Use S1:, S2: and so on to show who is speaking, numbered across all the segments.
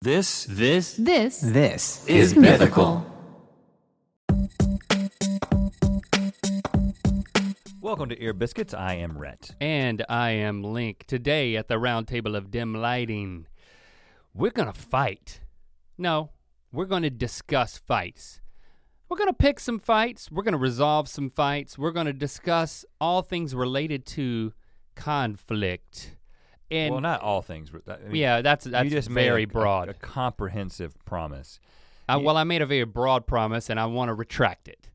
S1: This, this
S2: This
S3: This
S1: is mythical.
S4: Welcome to Ear Biscuits. I am Rhett.
S5: And I am Link. Today at the round table of dim lighting, we're gonna fight. No, we're gonna discuss fights. We're gonna pick some fights. We're gonna resolve some fights. We're gonna discuss all things related to conflict. And
S4: well, not all things. But that- I mean,
S5: yeah, that's that's
S4: you just made
S5: very
S4: a- a-
S5: broad.
S4: A, comprehensive promise.
S5: I, well, I made a very broad promise, and I want to retract it.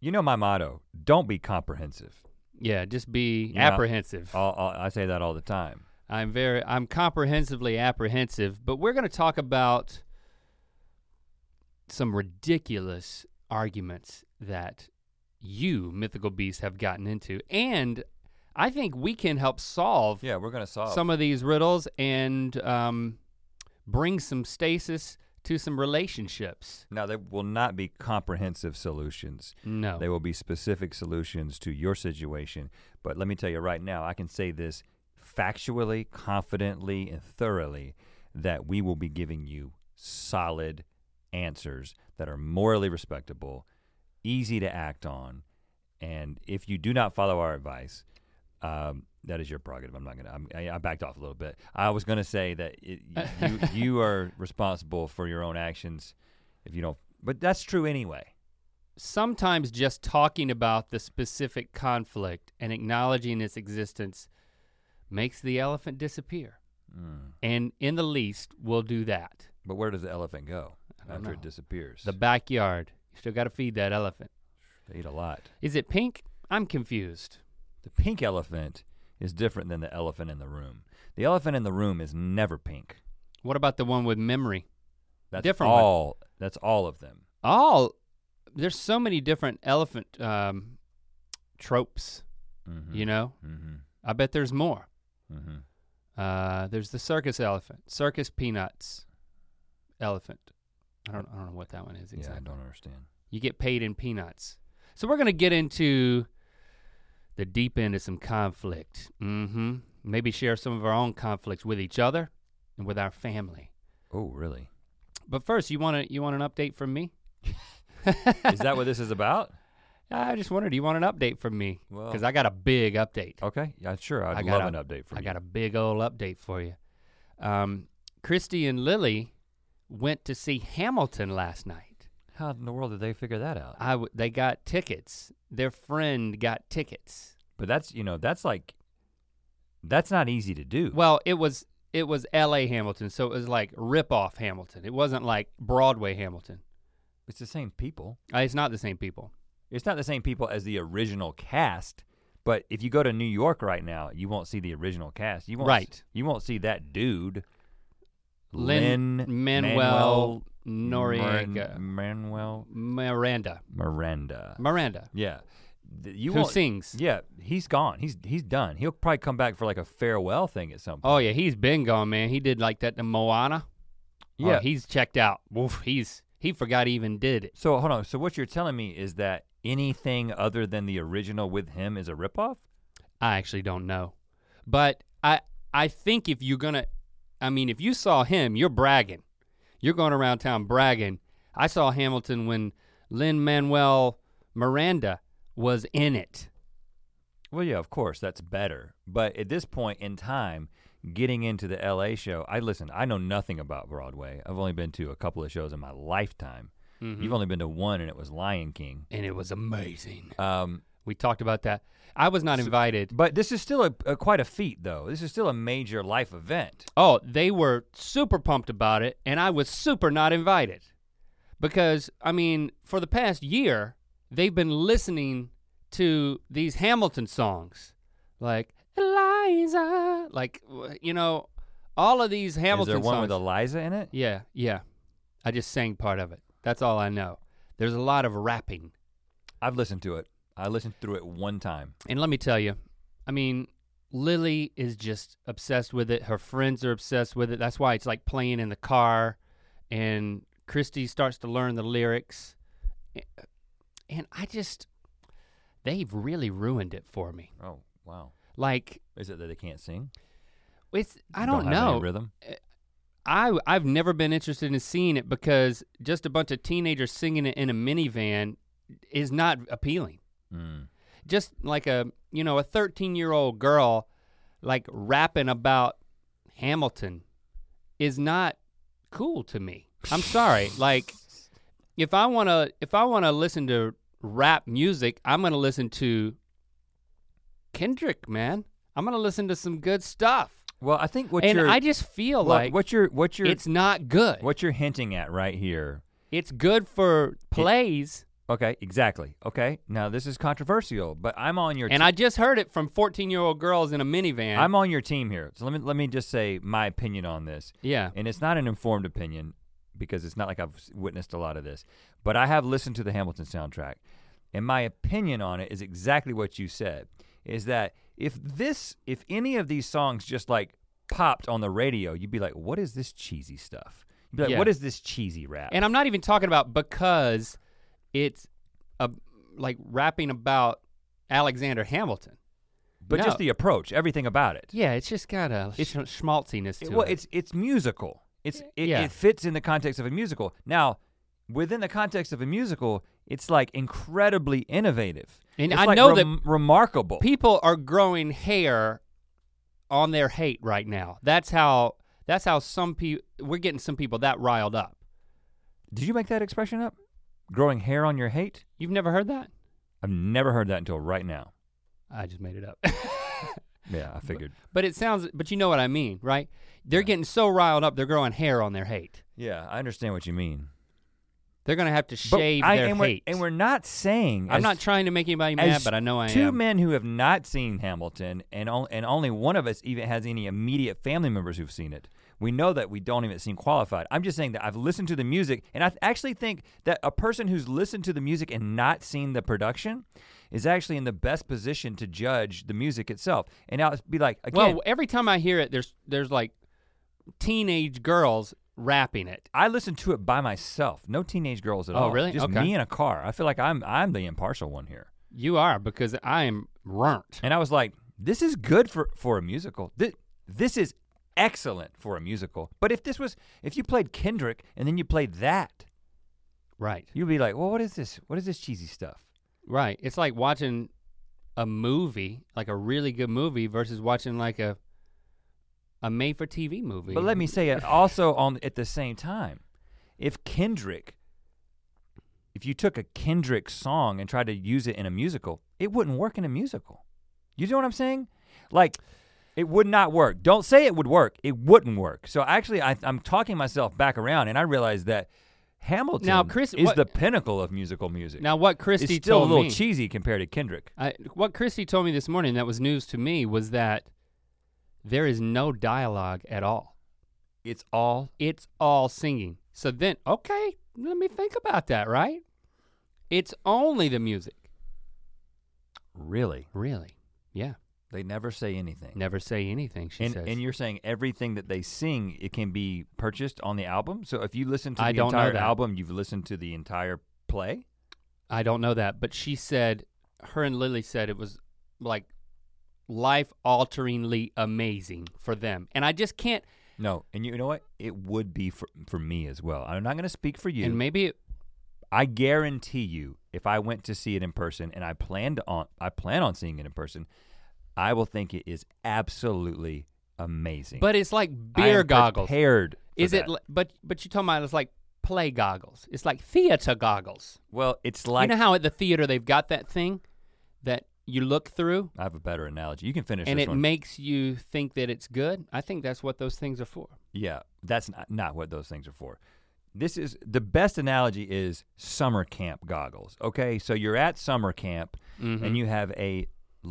S4: You know my motto: don't be comprehensive.
S5: Yeah, just be
S4: You're not-
S5: apprehensive.
S4: All, all- I say that all the time.
S5: I'm very I'm comprehensively apprehensive, but we're going to talk about some ridiculous arguments that you mythical beasts have gotten into and I think we can help solve
S4: Yeah, we're gonna solve.
S5: some of these riddles and um, bring some stasis to some relationships.
S4: now they will not be comprehensive solutions.
S5: No.
S4: They will be specific solutions to your situation. But let me tell you right now, I can say this factually, confidently, and thoroughly that we will be giving you solid answers that are morally respectable, easy to act on, and if you do not follow our advice, um, that is your prerogative. I'm not gonna. I'm, I, I backed off a little bit. I was gonna say that it, you you are responsible for your own actions if you don't. But that's true anyway.
S5: sometimes just talking about the specific conflict and acknowledging its existence makes the elephant disappear.
S4: Hmm.
S5: And in the least, we'll do that.
S4: But where does the elephant go
S5: I don't
S4: after it
S5: know.
S4: disappears?
S5: The backyard, you still gotta feed that elephant.
S4: they eat a lot.
S5: Is it pink? I'm confused.
S4: The pink elephant is different than the elephant in the room. The elephant in the room is never pink.
S5: What about the one with memory?
S4: That's
S5: Different one.
S4: all. That's all of them.
S5: All, there's so many different elephant um, tropes,
S4: Mm-hmm.
S5: you know?
S4: Mm-hmm.
S5: I bet there's more.
S4: Mm-hmm.
S5: Uh, there's the circus elephant, circus peanuts, elephant. I don't, I don't know what that one is
S4: Yeah, I
S5: exactly.
S4: don't understand.
S5: You get paid in peanuts. So we're gonna get into the deep end of some conflict. Mm-hmm. Maybe share some of our own conflicts with each other and with our family.
S4: Oh, really?
S5: But first, you want to you want an update from me?
S4: Is that what this is about?
S5: I just wondered, you want an update from me?
S4: Well,
S5: Because I got a big update.
S4: okay. Yeah, sure. I'd
S5: I
S4: love an
S5: got
S4: update from
S5: I
S4: you.
S5: got a big old update for you. Um, Christy and Lily went to see Hamilton last night.
S4: How in the world did they figure that out?
S5: I w- they got tickets. Their friend got tickets.
S4: But that's you know that's like, that's not easy to do.
S5: Well, it was it was L.A. Hamilton, so it was like rip-off Hamilton. It wasn't like Broadway Hamilton.
S4: it's the same people.
S5: Uh, it's not the same people.
S4: It's not the same people as the original cast, but if you go to New York right now, you won't see the original cast. You won't
S5: Right.
S4: You won't see that dude.
S5: Manuel
S4: Noriega.
S5: Noriega
S4: Manuel
S5: Miranda
S4: Miranda.
S5: Miranda
S4: Yeah. Th- You
S5: who
S4: won't-
S5: sings.
S4: Yeah, he's gone. He's he's done. He'll probably come back for like a farewell thing at some point.
S5: Oh yeah, he's been gone, man. He did like that to Moana. Oh,
S4: yeah.
S5: he's checked out. Woof, he's he forgot he even did it.
S4: so hold on. So what you're telling me is that anything other than the original with him is a ripoff?
S5: I actually don't know, but I I think if you're gonna, I mean, if you saw him, you're bragging. You're going around town bragging. I saw Hamilton when Lin Manuel Miranda was in it.
S4: Well, yeah, of course, that's better. But at this point in time, getting into the LA show, I listen, I know nothing about Broadway. I've only been to a couple of shows in my lifetime.
S5: Mm-hmm.
S4: You've only been to one, and it was Lion King.
S5: and it was amazing.
S4: Um,
S5: We talked about that. I was not invited.
S4: but this is still a, a quite a feat, though. This is still a major life event.
S5: Oh, they were super pumped about it, and I was super not invited. Because, I mean, for the past year, they've been listening to these Hamilton songs, like Eliza, like, w- you know, all of these
S4: is
S5: Hamilton
S4: there one
S5: songs.
S4: with Eliza in it?
S5: yeah, yeah. I just sang part of it. That's all I know. There's a lot of rapping.
S4: I've listened to it. I listened through it one time.
S5: And let me tell you, I mean, Lily is just obsessed with it. Her friends are obsessed with it. That's why it's like playing in the car. And Christy starts to learn the lyrics. And I just, they've really ruined it for me.
S4: Oh, wow.
S5: Like,
S4: Is it that they can't sing?
S5: it's, I don't,
S4: have any
S5: know.
S4: rhythm.
S5: I I've never been interested in seeing it because just a bunch of teenagers singing it in a minivan is not appealing.
S4: Mm.
S5: Just like a you know a 13 year old girl like rapping about Hamilton is not cool to me. I'm sorry. like if I want to if I want to listen to rap music, I'm going to listen to Kendrick, man. I'm going to listen to some good stuff.
S4: Well, I think what
S5: and
S4: you're
S5: I just feel
S4: look,
S5: like
S4: what you're what you're
S5: it's not good.
S4: what you're hinting at right here.
S5: It's good for plays,
S4: Okay, exactly. Okay, now this is controversial, but I'm on your
S5: and I just heard it from 14-year-old girls in a minivan.
S4: I'm on your team here. So let me let me just say my opinion on this.
S5: yeah,
S4: And it's not an informed opinion because it's not like I've witnessed a lot of this, but I have listened to the Hamilton soundtrack. And my opinion on it is exactly what you said is that if this if any of these songs just like popped on the radio, you'd be like, "What is this cheesy stuff?" You'd be like,
S5: Yeah.
S4: "What is this cheesy rap?"
S5: and I'm not even talking about because it's a, like rapping about Alexander Hamilton.
S4: but
S5: no.
S4: just the approach, everything about it.
S5: Yeah, it's just got a it's, schmaltziness to
S4: It- well,
S5: it.
S4: it's it's musical. It's it,
S5: yeah.
S4: it fits in the context of a musical. Now, within the context of a musical, it's like incredibly innovative.
S5: And
S4: It's,
S5: I
S4: like,
S5: know that
S4: rem- remarkable.
S5: People are growing hair on their hate right now. That's how that's how some people we're getting some people that riled up.
S4: Did you make that expression up? Growing hair on your hate?
S5: You've never heard that?
S4: I've never heard that until right now.
S5: I just made it up.
S4: Yeah, I figured.
S5: But it sounds, but you know what I mean, right? They're
S4: Yeah.
S5: getting so riled up, they're growing hair on their hate.
S4: yeah, I understand what you mean.
S5: They're gonna have to
S4: But
S5: shave
S4: I,
S5: their
S4: and
S5: hate.
S4: We're, and we're not saying.
S5: I'm
S4: as-
S5: not trying to make anybody mad,
S4: as
S5: but I know I
S4: two
S5: am.
S4: men who have not seen Hamilton, and on, and only one of us even has any immediate family members who've seen it. We know that we don't even seem qualified. I'm just saying that I've listened to the music, and I th- actually think that a person who's listened to the music and not seen the production is actually in the best position to judge the music itself. And I'll be like, again,
S5: well, every time I hear it, there's there's like teenage girls rapping it.
S4: I listened to it by myself. No teenage girls at
S5: Oh,
S4: all.
S5: really?
S4: Just
S5: Okay.
S4: me in a car. I feel like I'm I'm the impartial one here.
S5: You are because I am runt.
S4: And I was like, this is good for, for a musical. This, this is excellent for a musical. But if this was, if you played Kendrick and then you played that,
S5: Right,
S4: you'd be like, well, what is this? What is this cheesy stuff?
S5: right. It's like watching a movie, like a really good movie, versus watching like a a made-for-TV movie.
S4: But let me say it also on at the same time, if Kendrick, if you took a Kendrick song and tried to use it in a musical, it wouldn't work in a musical. You know what I'm saying? Like, it would not work. Don't say it would work. It wouldn't work. So actually, I, I'm talking myself back around, and I realize that Hamilton
S5: Now, Chris,
S4: is
S5: what-
S4: the pinnacle of musical music.
S5: Now, what
S4: it's
S5: Christy
S4: still a
S5: told
S4: little
S5: me,
S4: cheesy compared to Kendrick.
S5: I, what Christy told me this morning that was news to me was that there is no dialogue at all.
S4: It's all
S5: It's all singing. So then, okay, let me think about that, right? It's only the music.
S4: really.
S5: Really? Yeah.
S4: They never say anything.
S5: Never say anything, she
S4: and,
S5: says.
S4: and you're saying everything that they sing, it can be purchased on the album. So if you listen to
S5: I
S4: the
S5: don't know
S4: entire
S5: that.
S4: album, you've listened to the entire play.
S5: I don't know that, but she said, her and Lily said it was like life alteringly amazing for them. And I just can't,
S4: No, and you know what? It would be for, for me as well. I'm not going to speak for you.
S5: and maybe it,
S4: I guarantee you, if I went to see it in person, and I planned on, I plan on seeing it in person, I will think it is absolutely amazing.
S5: but it's like
S4: I am
S5: beer goggles.
S4: Prepared. for
S5: Is it?
S4: that.
S5: li- But but you talking about it's like play goggles. It's like theater goggles.
S4: well, it's like
S5: you know how at the theater they've got that thing that you look through
S4: I have a better analogy. You can finish
S5: and
S4: this
S5: it
S4: one.
S5: makes you think that it's good. I think that's what those things are for.
S4: Yeah, that's not, not what those things are for. This is the best analogy is summer camp goggles. Okay, so you're at summer camp and you have a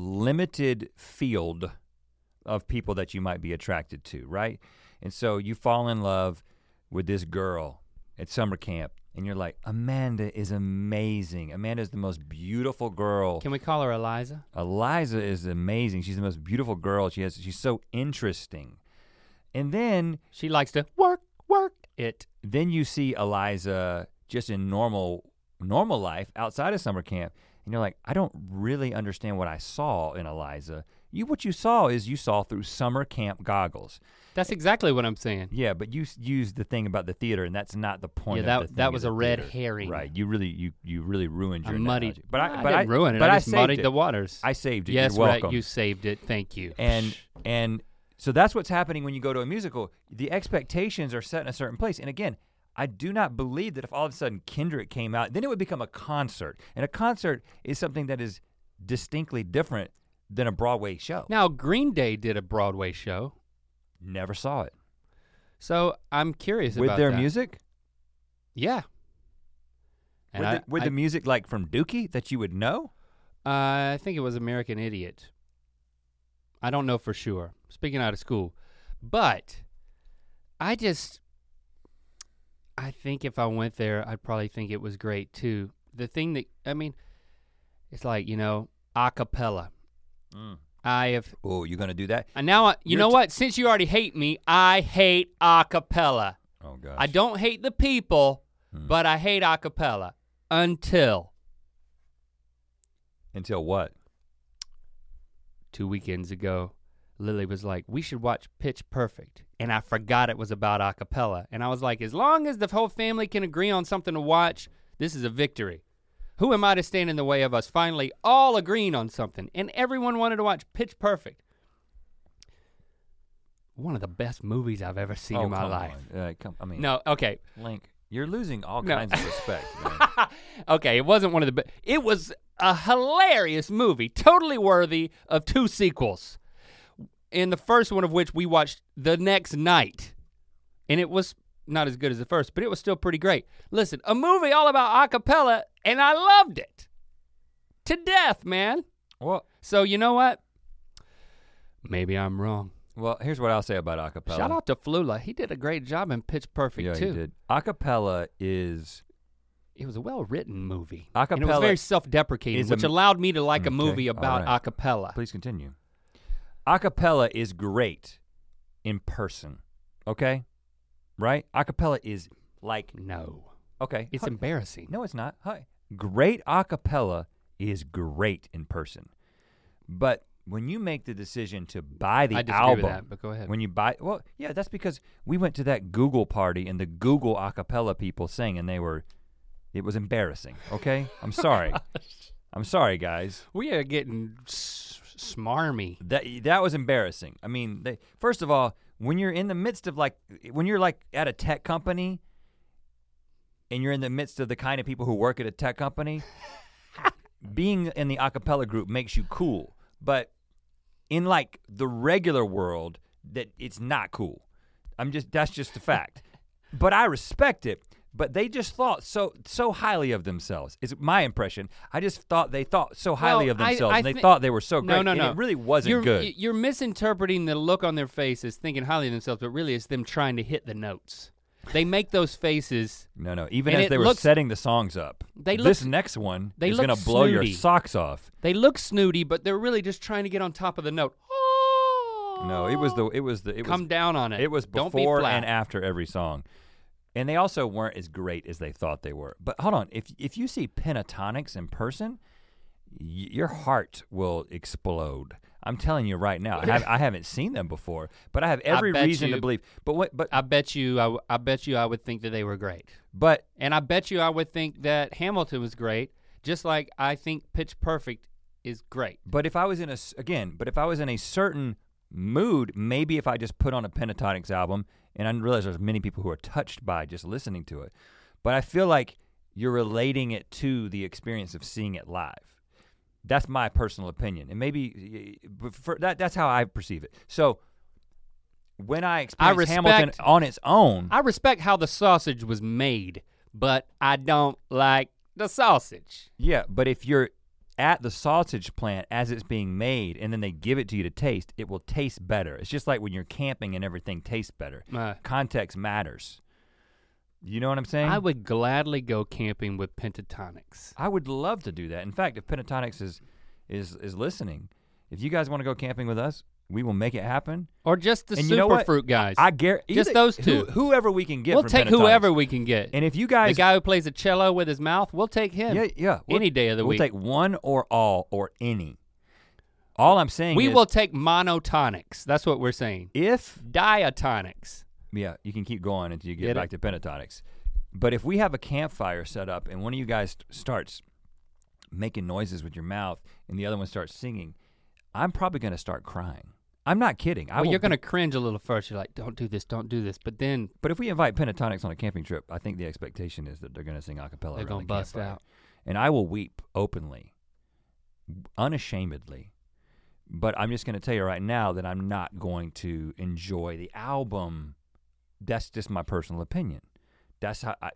S4: limited field of people that you might be attracted to, right? And so you fall in love with this girl at summer camp and you're like, Amanda is amazing. Amanda is the most beautiful girl.
S5: Can we call her Eliza?
S4: Eliza is amazing. She's the most beautiful girl. She has she's so interesting. And then
S5: She likes to work work it.
S4: then you see Eliza just in normal normal life outside of summer camp and you're like I don't really understand what I saw in Eliza You what you saw is you saw through summer camp goggles.
S5: That's exactly what I'm saying.
S4: Yeah, but you s- used the thing about the theater, and that's not the point.
S5: Yeah, that-
S4: of the thing
S5: that
S4: of
S5: was
S4: the
S5: a red
S4: theater.
S5: herring.
S4: Right. You really you you really ruined
S5: I
S4: your
S5: muddied.
S4: analogy. But I,
S5: I
S4: but
S5: didn't ruin it.
S4: But
S5: I
S4: I,
S5: just
S4: saved
S5: muddied
S4: it.
S5: the waters.
S4: I saved it.
S5: yes,
S4: You're
S5: right.
S4: welcome.
S5: You saved it. Thank you.
S4: and and so that's what's happening when you go to a musical. The expectations are set in a certain place. And again, I do not believe that if all of a sudden Kendrick came out, then it would become a concert. And a concert is something that is distinctly different than a Broadway show.
S5: now Green Day did a Broadway show,
S4: Never saw it.
S5: so I'm curious
S4: With
S5: about
S4: their
S5: that.
S4: music?
S5: Yeah.
S4: With,
S5: And I,
S4: the, with
S5: I,
S4: the music like from Dookie that you would know?
S5: uh, I think it was American Idiot. I don't know for sure. Speaking out of school, but I just I think if I went there, I'd probably think it was great too. The thing that I mean, it's like you know, a cappella. I have
S4: Oh, you're gonna do that?
S5: and now I, you
S4: Mm. You're
S5: know
S4: t-
S5: what? Since you already hate me, I hate a cappella.
S4: Oh gosh.
S5: I don't hate the people,
S4: Hmm.
S5: but I hate a cappella until
S4: until what?
S5: two weekends ago, Lily was like, "We should watch Pitch Perfect," and I forgot it was about a cappella. And I was like, "As long as the whole family can agree on something to watch, this is a victory." Who am I to stand in the way of us finally all agreeing on something? And everyone wanted to watch Pitch Perfect. One of the best movies I've ever seen
S4: oh,
S5: in my
S4: come
S5: life.
S4: on. Uh, come, I mean,
S5: No, okay.
S4: Link, you're losing all
S5: No.
S4: kinds of respect, man.
S5: okay, it wasn't one of the best. It was a hilarious movie, totally worthy of two sequels. In the first one of which we watched the next night. And it was not as good as the first, but it was still pretty great. Listen, a movie all about a cappella, and I loved it to death, man.
S4: Well,
S5: So, you know what? Maybe I'm wrong.
S4: well, here's what I'll say about acapella.
S5: Shout out to Flula. He did a great job in Pitch Perfect,
S4: Yeah,
S5: too.
S4: he did. Acapella is
S5: it was a well-written movie.
S4: Acapella-
S5: and it was very self-deprecating, Mm,
S4: is a
S5: which
S4: m-
S5: allowed me to like a
S4: Okay,
S5: movie about
S4: alright.
S5: a cappella.
S4: please continue. Acapella is great in person. Okay? Right? Acapella is like
S5: No,
S4: okay.
S5: it's
S4: huh,
S5: embarrassing.
S4: No, it's not. Hi. Great acapella is great in person. But when you make the decision to buy the
S5: I disagree
S4: album,
S5: with that, but go ahead.
S4: When you buy, well, yeah, that's because we went to that Google party and the Google acapella people sang, and they were, it was embarrassing. Okay, I'm sorry, I'm sorry, guys.
S5: we are getting s- smarmy.
S4: That that was embarrassing. I mean, they, first of all, when you're in the midst of like, when you're like at a tech company, and you're in the midst of the kind of people who work at a tech company, being in the acapella group makes you cool. But in like the regular world, that it's not cool. I'm just that's just a fact. but I respect it. But they just thought so so highly of themselves. Is my impression. I just thought they thought so highly
S5: Well,
S4: of
S5: I-
S4: themselves.
S5: I
S4: and they
S5: thi-
S4: thought they were so great.
S5: No, no,
S4: and
S5: no.
S4: It really wasn't
S5: you're,
S4: good.
S5: y- You're misinterpreting the look on their face as thinking highly of themselves, but really it's them trying to hit the notes. They make those faces.
S4: no, no. Even
S5: and
S4: as
S5: it
S4: they were
S5: looks-
S4: setting the songs up,
S5: They
S4: this
S5: look-
S4: next one
S5: they
S4: is gonna
S5: look
S4: blow your
S5: snooty.
S4: socks off.
S5: They look snooty, but they're really just trying to get on top of the note.
S4: No, it was the it was the it
S5: Come
S4: was
S5: down on it.
S4: It was
S5: Don't be
S4: before
S5: flat.
S4: and after every song. And they also weren't as great as they thought they were. But hold on, if if you see pentatonics in person, y- your heart will explode. I'm telling you right now. I, have, I haven't seen them before, but I have every
S5: bet
S4: reason
S5: you-
S4: to believe. But what? But
S5: I bet you. I, w- I bet you. I would think that they were great.
S4: but
S5: And I bet you I would think that Hamilton was great, just like I think Pitch Perfect is great.
S4: but if I was in a s- again, but if I was in a certain mood, maybe if I just put on a pentatonics album, and I realize there's many people who are touched by just listening to it, but I feel like you're relating it to the experience of seeing it live. That's my personal opinion, and maybe y- but for that that's how I perceive it. So when I experience Hamilton
S5: respect-
S4: on its own,
S5: I respect how the sausage was made, but I don't like the sausage.
S4: yeah, but if you're at the sausage plant as it's being made and then they give it to you to taste, it will taste better. It's just like when you're camping and everything tastes better.
S5: Uh,
S4: Context matters. You know what I'm saying?
S5: I would gladly go camping with pentatonics.
S4: I would love to do that. In fact, if Pentatonics is is is listening, if you guys want to go camping with us, we will make it happen.
S5: Or just the
S4: And you know
S5: super
S4: what?
S5: fruit guys.
S4: I guarantee
S5: Just those two.
S4: whoever we can get.
S5: we'll
S4: from
S5: take
S4: Pentatonics.
S5: whoever we can get.
S4: And if you
S5: the
S4: guys,
S5: guy who plays a cello with his mouth, we'll take him.
S4: yeah, yeah,
S5: Any day of the
S4: we'll
S5: week.
S4: take one or all or any. All I'm saying
S5: We
S4: is
S5: will take monotonics. That's what we're saying.
S4: if
S5: Diatonics.
S4: yeah, you can keep going until you get
S5: Get it?
S4: back to pentatonics. But if we have a campfire set up and one of you guys st- starts making noises with your mouth and the other one starts singing, I'm probably going to start crying. I'm not kidding. I
S5: well,
S4: will
S5: you're
S4: be-
S5: gonna cringe a little first. You're like, don't do this, don't do this. But then
S4: But if we invite pentatonics on a camping trip, I think the expectation is that they're going to sing a cappella.
S5: they're
S4: around
S5: gonna
S4: the
S5: bust
S4: campfire.
S5: out.
S4: and I will weep openly, unashamedly. But I'm just going to tell you right now that I'm not going to enjoy the album. That's just my personal opinion. That's how I,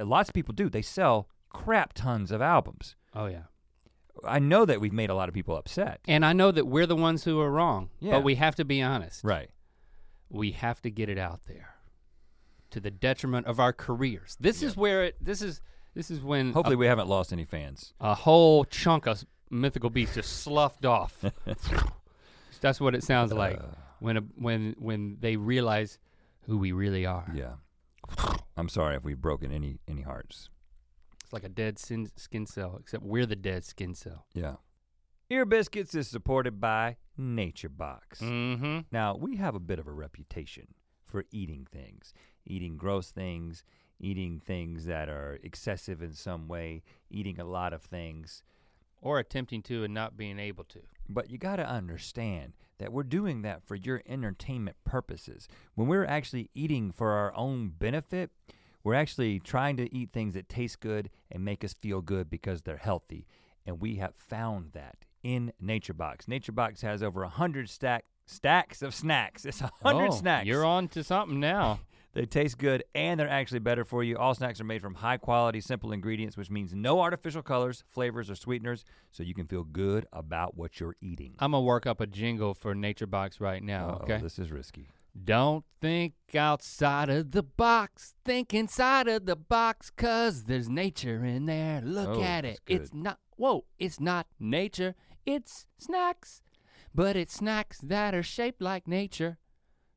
S4: lots of people do. They sell crap tons of albums.
S5: Oh yeah.
S4: I know that we've made a lot of people upset.
S5: And I know that we're the ones who are wrong.
S4: Yeah.
S5: But we have to be honest.
S4: Right.
S5: We have to get it out there. To the detriment of our careers. This is where it this is this is when a-
S4: Hopefully, we haven't lost any fans.
S5: a, whole chunk of mythical beast just sloughed off. That's what it sounds like
S4: Uh,
S5: when a, when when they realize who we really are.
S4: yeah. I'm sorry if we've broken any any hearts.
S5: It's like a dead sin, skin cell, except we're the dead skin cell.
S4: Yeah. Ear Biscuits is supported by Nature Box.
S5: Mm-hmm.
S4: Now, we have a bit of a reputation for eating things, eating gross things, eating things that are excessive in some way, eating a lot of things.
S5: Or attempting to and not being able to.
S4: But you got to understand that we're doing that for your entertainment purposes. When we're actually eating for our own benefit, we're actually trying to eat things that taste good and make us feel good because they're healthy. And we have found that in Nature Box. Nature Box has over 100 stack stacks of snacks. It's 100
S5: Oh,
S4: snacks.
S5: You're on to something now.
S4: They taste good and they're actually better for you. All snacks are made from high quality, simple ingredients, which means no artificial colors, flavors, or sweeteners, so you can feel good about what you're eating.
S5: I'm gonna work up a jingle for Nature Box right now.
S4: Uh-oh,
S5: Oh, okay.
S4: Oh, This is risky.
S5: Don't think outside of the box. Think inside of the box, cause there's nature in there. Look
S4: Oh,
S5: at
S4: that's
S5: it.
S4: good.
S5: It's not whoa, it's not nature, it's snacks. But it's snacks that are shaped like nature.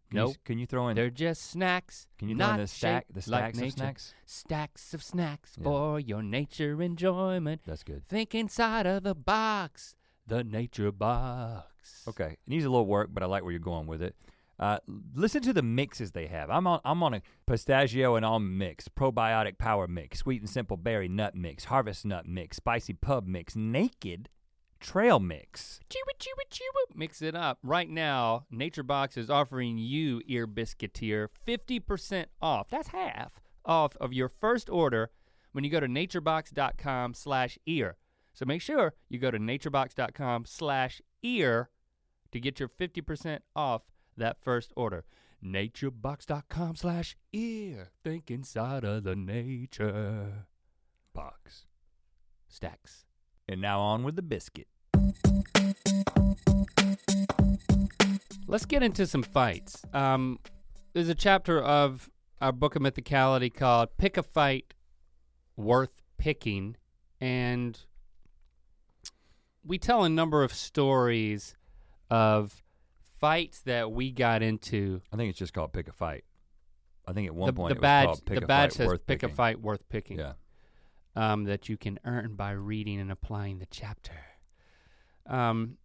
S4: Can You,
S5: Nope.
S4: can you throw in?
S5: They're just snacks.
S4: can you throw
S5: not
S4: in the stack?
S5: shaped
S4: The
S5: like
S4: stacks
S5: nature.
S4: of snacks.
S5: Stacks of snacks
S4: Yeah.
S5: for your nature enjoyment.
S4: That's good.
S5: Think inside of the box, the nature box.
S4: Okay, it needs a little work, but I like where you're going with it. Uh, listen to the mixes they have. I'm on. I'm on a pistachio and almond mix, probiotic power mix, sweet and simple berry nut mix, harvest nut mix, spicy pub mix, naked trail mix.
S5: Chewa, chewa, chewa. Mix it up. Right now, Nature Box is offering you, Ear Biscuiteer, 50% off. That's half off of your first order when you go to naturebox.com slash ear. So make sure you go to naturebox.com slash ear to get your 50% off that first order. Naturebox.com slash ear. Think inside of the nature.
S4: Box.
S5: Stacks.
S4: And now on with the biscuit.
S5: Let's get into some fights. Um, there's a chapter of our book of mythicality called Pick a Fight Worth Picking, and we tell a number of stories of fights that we got into.
S4: I think it's just called pick a fight. I think at one
S5: the,
S4: point
S5: the
S4: it was
S5: badge,
S4: called pick
S5: the
S4: a
S5: badge
S4: fight
S5: says
S4: worth
S5: pick
S4: picking.
S5: a fight worth picking
S4: Yeah.
S5: um, that you can earn by reading and applying the chapter. Um,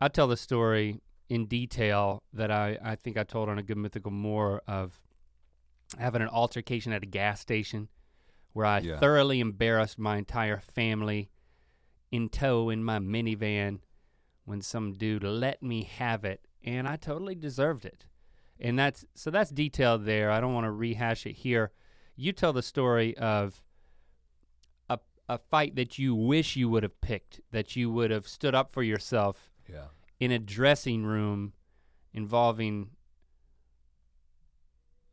S5: I tell the story in detail that I, I think I told on a Good Mythical More of having an altercation at a gas station where I
S4: Yeah.
S5: thoroughly embarrassed my entire family in tow in my minivan when some dude let me have it and I totally deserved it. And that's so that's detailed there. I don't want to rehash it here. You tell the story of a a fight that you wish you would have picked, that you would have stood up for yourself
S4: Yeah.
S5: in a dressing room involving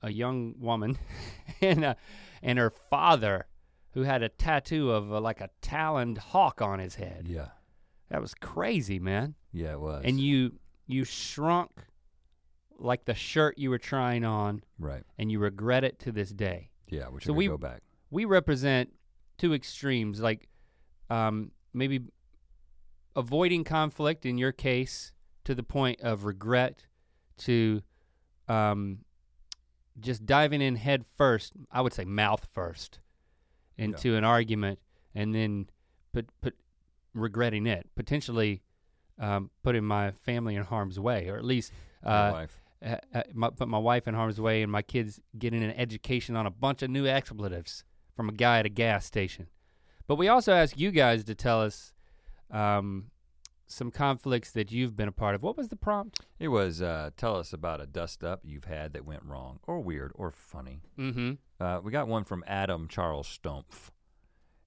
S5: a young woman and a, and her father who had a tattoo of uh like a taloned hawk on his head.
S4: Yeah.
S5: That was crazy, man.
S4: Yeah, it was.
S5: And you you shrunk like the shirt you were trying on
S4: right.
S5: and you regret it to this day.
S4: Yeah, which
S5: So
S4: so we
S5: we-
S4: go back.
S5: We represent two extremes like um maybe avoiding conflict in your case to the point of regret to um just diving in head first, I would say mouth first into an argument and then put put regretting it, potentially um, putting my family in harm's way, or at least
S4: Your
S5: uh,
S4: wife.
S5: uh, uh, my, put my wife in harm's way and my kids getting an education on a bunch of new expletives from a guy at a gas station. But we also ask you guys to tell us um, some conflicts that you've been a part of. What was the prompt?
S4: It was uh, tell us about a dust up you've had that went wrong or weird or funny.
S5: Mm-hmm.
S4: Uh, we got one from Adam Charles Stumpf.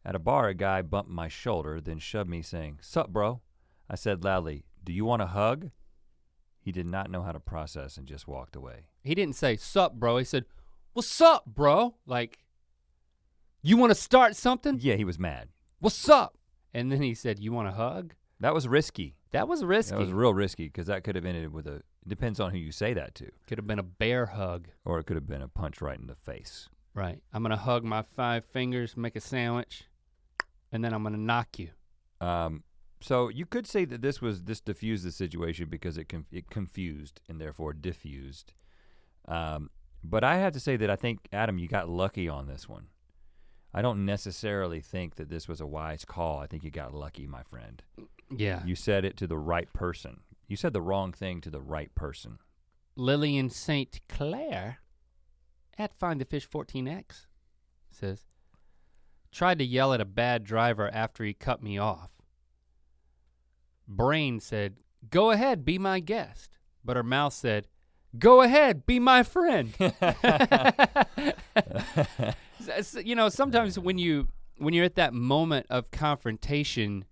S4: At a bar, a guy bumped my shoulder, then shoved me, saying, Sup, bro? I said loudly, Do you want a hug? He did not know how to process and just walked away.
S5: He didn't say "sup, bro." He said, "What's up, bro?" Like, you want to start something?
S4: Yeah, he was mad.
S5: What's up? And then he said, "You want a hug?"
S4: That was risky.
S5: That was risky.
S4: That was real risky because that could have ended with a, it depends on who you say that to,
S5: Could have been a bear hug.
S4: or it could have been a punch right in the face.
S5: Right. I'm gonna hug my five fingers, make a sandwich, and then I'm gonna knock you.
S4: Um, so you could say that this was this diffused the situation because it conf- it confused and therefore diffused. Um, but I have to say that I think Adam, you got lucky on this one. I don't necessarily think that this was a wise call. I think you got lucky, my friend.
S5: Yeah.
S4: You said it to the right person. You said the wrong thing to the right person.
S5: Lillian St. Clair at Find the Fish 14X says, tried to yell at a bad driver after he cut me off. Brain said, go ahead, be my guest. But her mouth said, go ahead, be my friend. S- s- you know, sometimes when you when you're at that moment of confrontation,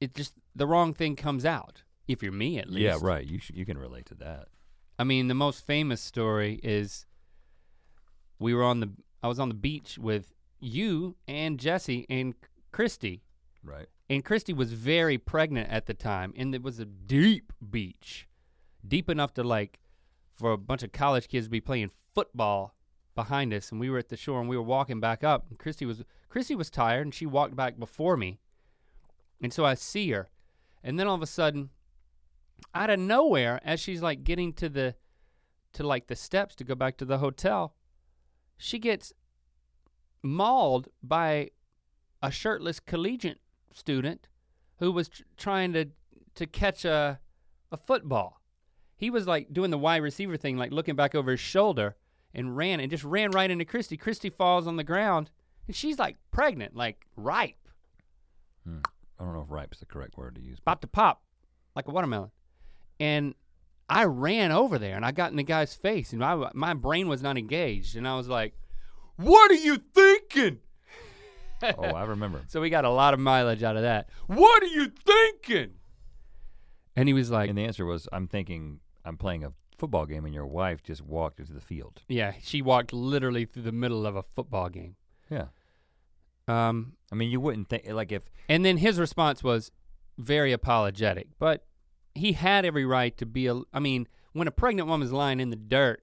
S5: it just the wrong thing comes out. If you're me, at least.
S4: Yeah, right. You sh- you can relate to that.
S5: I mean, the most famous story is we were on the I was on the beach with you and Jesse and Christy.
S4: Right.
S5: And Christy was very pregnant at the time and it was a deep beach. Deep enough to like for a bunch of college kids to be playing football behind us and we were at the shore and we were walking back up and Christy was Christy was tired and she walked back before me. And so I see her. And then all of a sudden out of nowhere as she's like getting to the to like the steps to go back to the hotel she gets mauled by a shirtless collegiate student who was tr- trying to to catch a a football he was like doing the wide receiver thing like looking back over his shoulder and ran and just ran right into Christy Christy falls on the ground and she's like pregnant like ripe
S4: Hmm. I don't know if ripe's the correct word to use. but-
S5: about to pop like a watermelon. And I ran over there and I got in the guy's face and my, my brain was not engaged. And I was like, What are you thinking?
S4: oh, I remember.
S5: So we got a lot of mileage out of that. What are you thinking? And he was like,
S4: And the answer was, I'm thinking I'm playing a football game, and your wife just walked into the field.
S5: Yeah, she walked literally through the middle of a football game.
S4: Yeah,
S5: Um,
S4: I mean, you wouldn't think like if
S5: And then his response was very apologetic, but he had every right to be a I mean, when a pregnant woman's lying in the dirt,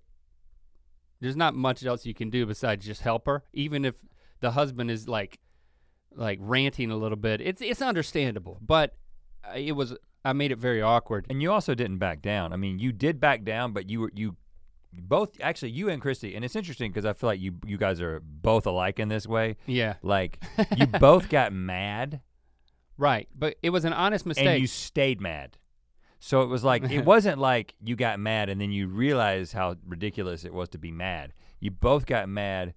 S5: there's not much else you can do besides just help her, even if the husband is like like ranting a little bit. It's it's understandable, but uh, it was I made it very awkward.
S4: and you also didn't back down. I mean, you did back down, but you were you both actually you and Christy, and it's interesting because I feel like you you guys are both alike in this way.
S5: Yeah,
S4: Like you both got mad
S5: right. But it was an honest mistake.
S4: and you stayed mad. So it was like it wasn't like you got mad and then you realized how ridiculous it was to be mad. You both got mad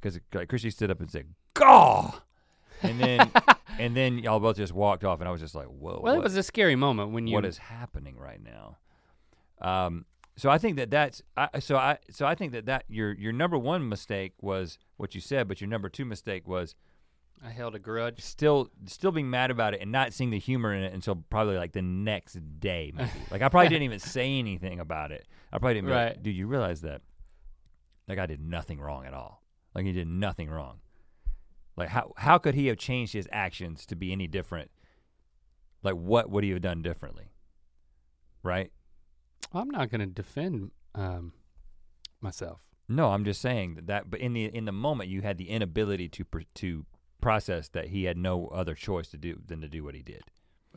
S4: because like Christy stood up and said, "Gaw," and then and then y'all both just walked off, and I was just like, "Whoa,
S5: well,
S4: what-
S5: it was a scary moment when you
S4: what is happening right now?" Um, so I think that that's I, so I so I think that that your your number one mistake was what you said, but your number two mistake was
S5: I held a grudge.
S4: still still being mad about it and not seeing the humor in it until probably like the next day maybe. like I probably didn't even say anything about it. I probably didn't be like,
S5: Right.
S4: dude, you realize that that guy did nothing wrong at all. Like he did nothing wrong. Like how how could he have changed his actions to be any different? Like what would he have done differently? Right?
S5: I'm not going to defend um, myself.
S4: No, I'm just saying that, that but in the in the moment you had the inability to pr- to process that he had no other choice to do than to do what he did.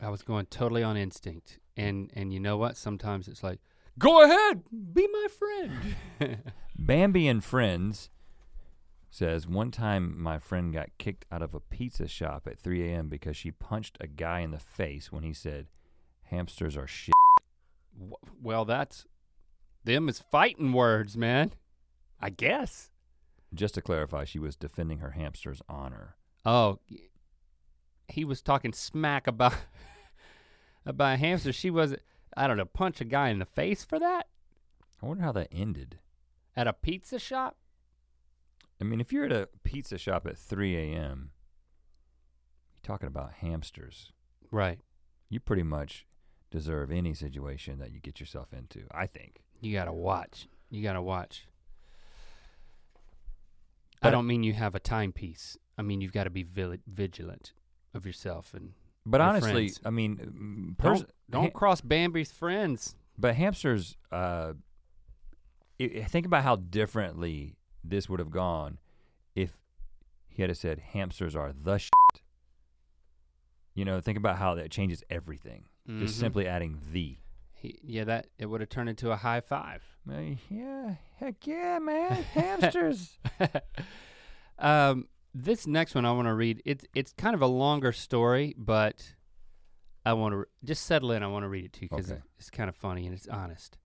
S5: I was going totally on instinct, and and you know what? Sometimes it's like, go ahead, be my friend.
S4: Bambi and Friends says one time my friend got kicked out of a pizza shop at 3 a.m. because she punched a guy in the face when he said, Hamsters are shit.
S5: W- Well, that's them is fighting words, man. I guess.
S4: Just to clarify, she was defending her hamster's honor.
S5: Oh, y- he was talking smack about about a hamster. She was I don't know, punch a guy in the face for that
S4: I wonder how that ended.
S5: at a pizza shop.
S4: I mean, if you're at a pizza shop at 3 a.m., you're talking about hamsters.
S5: Right.
S4: You pretty much deserve any situation that you get yourself into, I think.
S5: You gotta watch. You gotta watch.
S4: But-
S5: I don't mean you have a timepiece. I mean you've got to be vil- vigilant of yourself and
S4: But
S5: Your
S4: honestly,
S5: friends.
S4: I mean, mm, pers-
S5: don't don't
S4: ha-
S5: cross Bambi's friends.
S4: but hamsters, uh, i- i- think about how differently this would have gone if he had have said hamsters are the shit. You know, think about how that changes everything. Just
S5: Mhm.
S4: simply adding the.
S5: He, yeah, that it would have turned into a high five.
S4: Uh, yeah, heck yeah, man. Hamsters.
S5: um, this next one I want to read. It's it's kind of a longer story, but I want to just settle in. I want to read it to you because
S4: Okay.
S5: it's kind of funny and it's honest.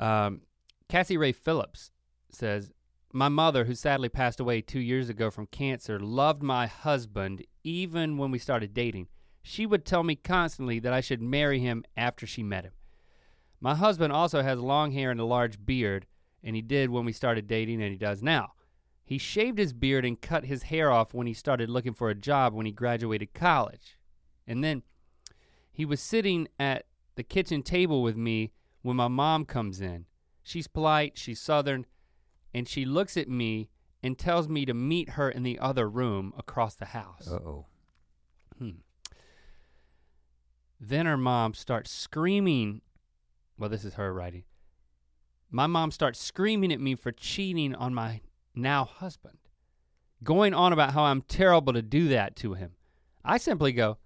S5: Um, Cassie Ray Phillips says, "My mother, who sadly passed away two years ago from cancer, loved my husband even when we started dating. She would tell me constantly that I should marry him after she met him. My husband also has long hair and a large beard, and he did when we started dating, and he does now." He shaved his beard and cut his hair off when he started looking for a job when he graduated college. And then he was sitting at the kitchen table with me when my mom comes in. She's polite, she's southern, and she looks at me and tells me to meet her in the other room across the house.
S4: Uh oh.
S5: Hmm. Then her mom starts screaming. Well, this is her writing. My mom starts screaming at me for cheating on my now husband, going on about how I'm terrible to do that to him. I simply go,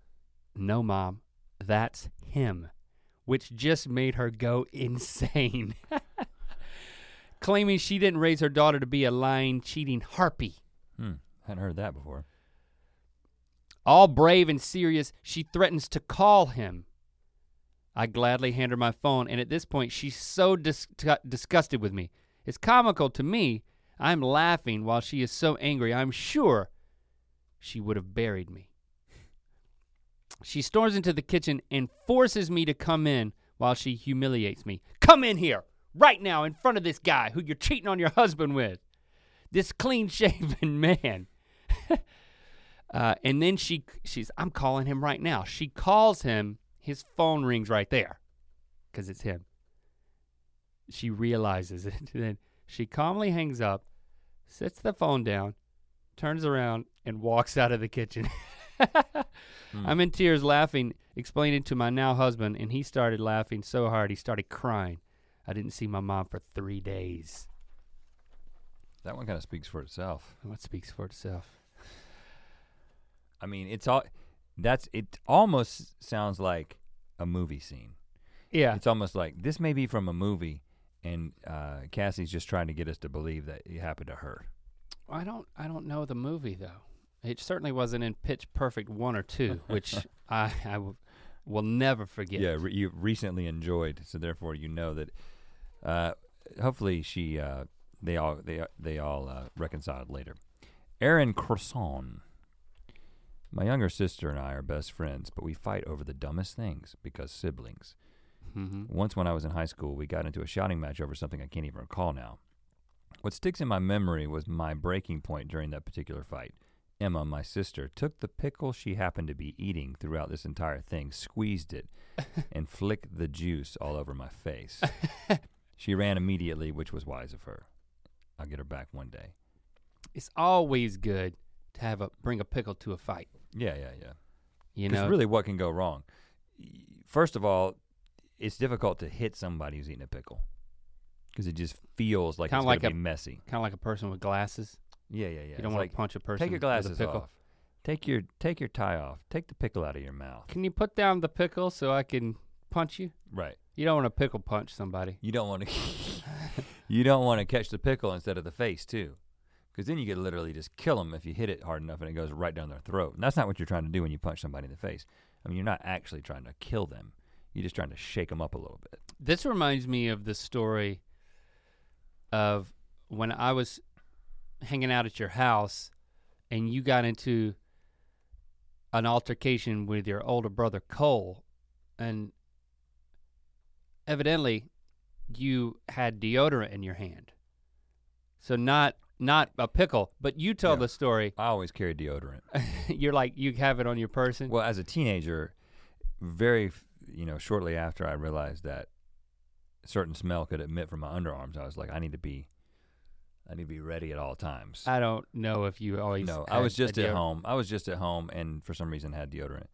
S5: No, mom, that's him, which just made her go insane, claiming she didn't raise her daughter to be a lying, cheating harpy.
S4: Hmm. Hadn't heard that before.
S5: All brave and serious, she threatens to call him. I gladly hand her my phone, and at this point, she's so dis- disgusted with me. It's comical to me. I'm laughing while she is so angry. I'm sure she would have buried me. She storms into the kitchen and forces me to come in while she humiliates me. Come in here right now in front of this guy who you're cheating on your husband with. This clean shaven man. Uh, and then she she's I'm calling him right now. She calls him. His phone rings right there, because it's him. She realizes it. then she calmly hangs up, sets the phone down, turns around, and walks out of the kitchen. I'm in tears, laughing, explaining to my now husband, and he started laughing so hard he started crying. I didn't see my mom for three days.
S4: That one kind of speaks for itself.
S5: What speaks for itself.
S4: I mean, it's all. That's it. Almost sounds like a movie scene.
S5: Yeah.
S4: It's almost like this may be from a movie, and uh, Cassie's just trying to get us to believe that it happened to her.
S5: I don't I don't know the movie though. It certainly wasn't in Pitch Perfect 1 or 2, which I I w- will never forget.
S4: Yeah, re- you recently enjoyed, so therefore you know that. Uh, hopefully, she uh, they all they they all uh, reconciled later. Erin Croissant. My younger sister and I are best friends, but we fight over the dumbest things because siblings.
S5: Mm-hmm.
S4: Once when I was in high school, we got into a shouting match over something I can't even recall now. What sticks in my memory was my breaking point during that particular fight. Emma, my sister, took the pickle she happened to be eating throughout this entire thing, squeezed it, and flicked the juice all over my face. she ran immediately, which was wise of her. I'll get her back one day.
S5: It's always good to have a bring a pickle to a fight,
S4: Yeah, yeah, yeah.
S5: you
S4: 'Cause
S5: know.
S4: really, what can go wrong? Y- First of all, it's difficult to hit somebody who's eating a pickle because it just feels like
S5: Kinda
S4: it's
S5: like
S4: gonna
S5: a-
S4: be messy.
S5: Kind of like a person with glasses.
S4: Yeah, yeah, yeah.
S5: you
S4: It's
S5: don't want
S4: like,
S5: to punch a person
S4: take your
S5: with
S4: glasses
S5: a pickle.
S4: off. Take your take your tie off. Take the pickle out of your mouth.
S5: Can you put down the pickle so I can punch you?
S4: Right.
S5: You don't want to pickle punch somebody.
S4: You don't want to you don't want to catch the pickle instead of the face too, because then you could literally just kill them if you hit it hard enough and it goes right down their throat. And that's not what you're trying to do when you punch somebody in the face. I mean, you're not actually trying to kill them. You're just trying to shake them up a little bit.
S5: This reminds me of the story of when I was hanging out at your house and you got into an altercation with your older brother Cole and evidently you had deodorant in your hand. So not not a pickle, but you tell
S4: Yeah.
S5: the story.
S4: I always carry deodorant.
S5: You're like you have it on your person.
S4: Well, as a teenager, very f- you know, shortly after I realized that a certain smell could emit from my underarms, I was like, I need to be, I need to be ready at all times.
S5: I don't know if you always
S4: no, I
S5: had
S4: was just
S5: a
S4: at
S5: deodorant.
S4: home. I was just at home, and for some reason had deodorant.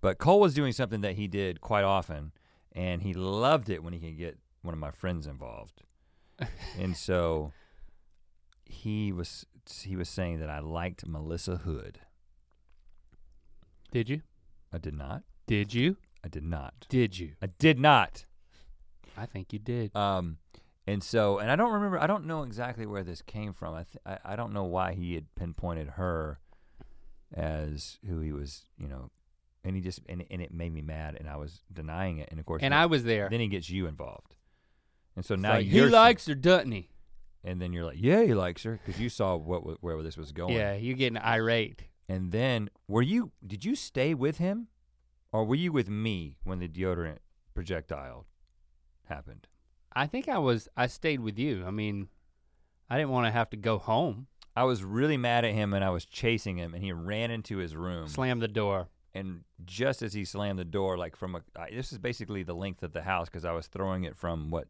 S4: But Cole was doing something that he did quite often, and he loved it when he could get one of my friends involved. and so he was he was saying that I liked Melissa Hood.
S5: Did you?
S4: I did not.
S5: Did you?
S4: I did not.
S5: Did you?
S4: I did not.
S5: I think you did.
S4: Um, and so, and I don't remember. I don't know exactly where this came from. I th- I, I don't know why he had pinpointed her as who he was. You know, and he just and, and it made me mad, and I was denying it. And of course,
S5: and
S4: then,
S5: I was there.
S4: then he gets you involved, and so
S5: It's
S4: now
S5: like, he
S4: you're
S5: likes her, doesn't he?
S4: and then you're like, yeah, he likes her because you saw what wa- where this was going.
S5: Yeah, you're getting irate.
S4: And then were you? Did you stay with him, or were you with me when the deodorant projectile happened?
S5: I think I was. I stayed with you. I mean, I didn't want to have to go home.
S4: I was really mad at him and I was chasing him and he ran into his room.
S5: Slam the door.
S4: and just as he slammed the door, like from a, I, this is basically the length of the house because I was throwing it from what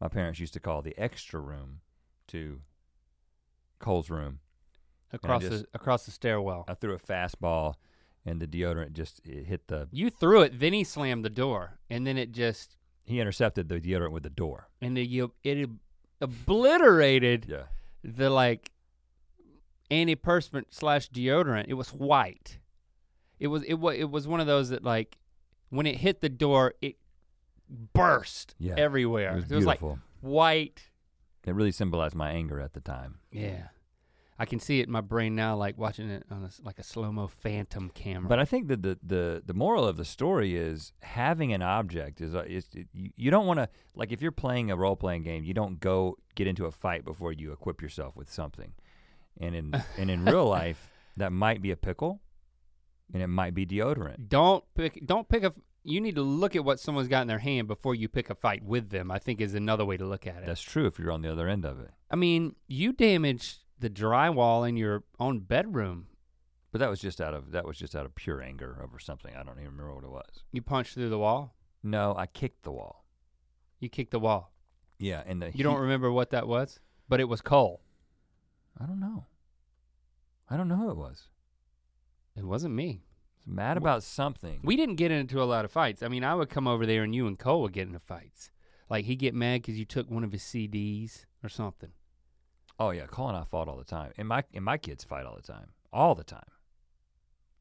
S4: my parents used to call the extra room to Cole's room.
S5: across
S4: just- Uh,
S5: the across the stairwell.
S4: I threw a fastball and the deodorant just it hit the,
S5: you threw it. Then he slammed the door, and then it just
S4: he intercepted the deodorant with the door.
S5: and it, you- it ob- obliterated
S4: Yeah.
S5: the like antiperspirant slash deodorant. It was white. It was it was it was one of those that like when it hit the door, it burst
S4: Yeah,
S5: everywhere.
S4: It was
S5: So it was like
S4: beautiful.
S5: white.
S4: it really symbolized my anger at the time.
S5: Yeah, I can see it in my brain now, like watching it on a s like a slow mo phantom camera.
S4: But I think that the, the the moral of the story is having an object is, uh, is it- you, you don't want to like if you're playing a role playing game, you don't go get into a fight before you equip yourself with something. And in and in real life, that might be a pickle, and it might be deodorant.
S5: don't pick don't pick a. f- You need to look at what someone's got in their hand before you pick a fight with them. I think is another way to look at it.
S4: That's true if you're on the other end of it.
S5: I mean, you damaged the drywall in your own bedroom.
S4: But that was just out of that was just out of pure anger over something. I don't even remember what it was.
S5: You punched through the wall.
S4: No, I kicked the wall.
S5: You kicked the wall.
S4: Yeah, and the
S5: You don't
S4: heat-
S5: remember what that was, but it was coal.
S4: I don't know. I don't know who it was.
S5: It wasn't me.
S4: I was mad
S5: Wh-
S4: about something.
S5: We didn't get into a lot of fights. I mean, I would come over there and you and Cole would get into fights. Like he'd get mad because you took one of his CDs or something.
S4: Oh yeah, Cole and I fought all the time, and my and my kids fight all the time, all the time,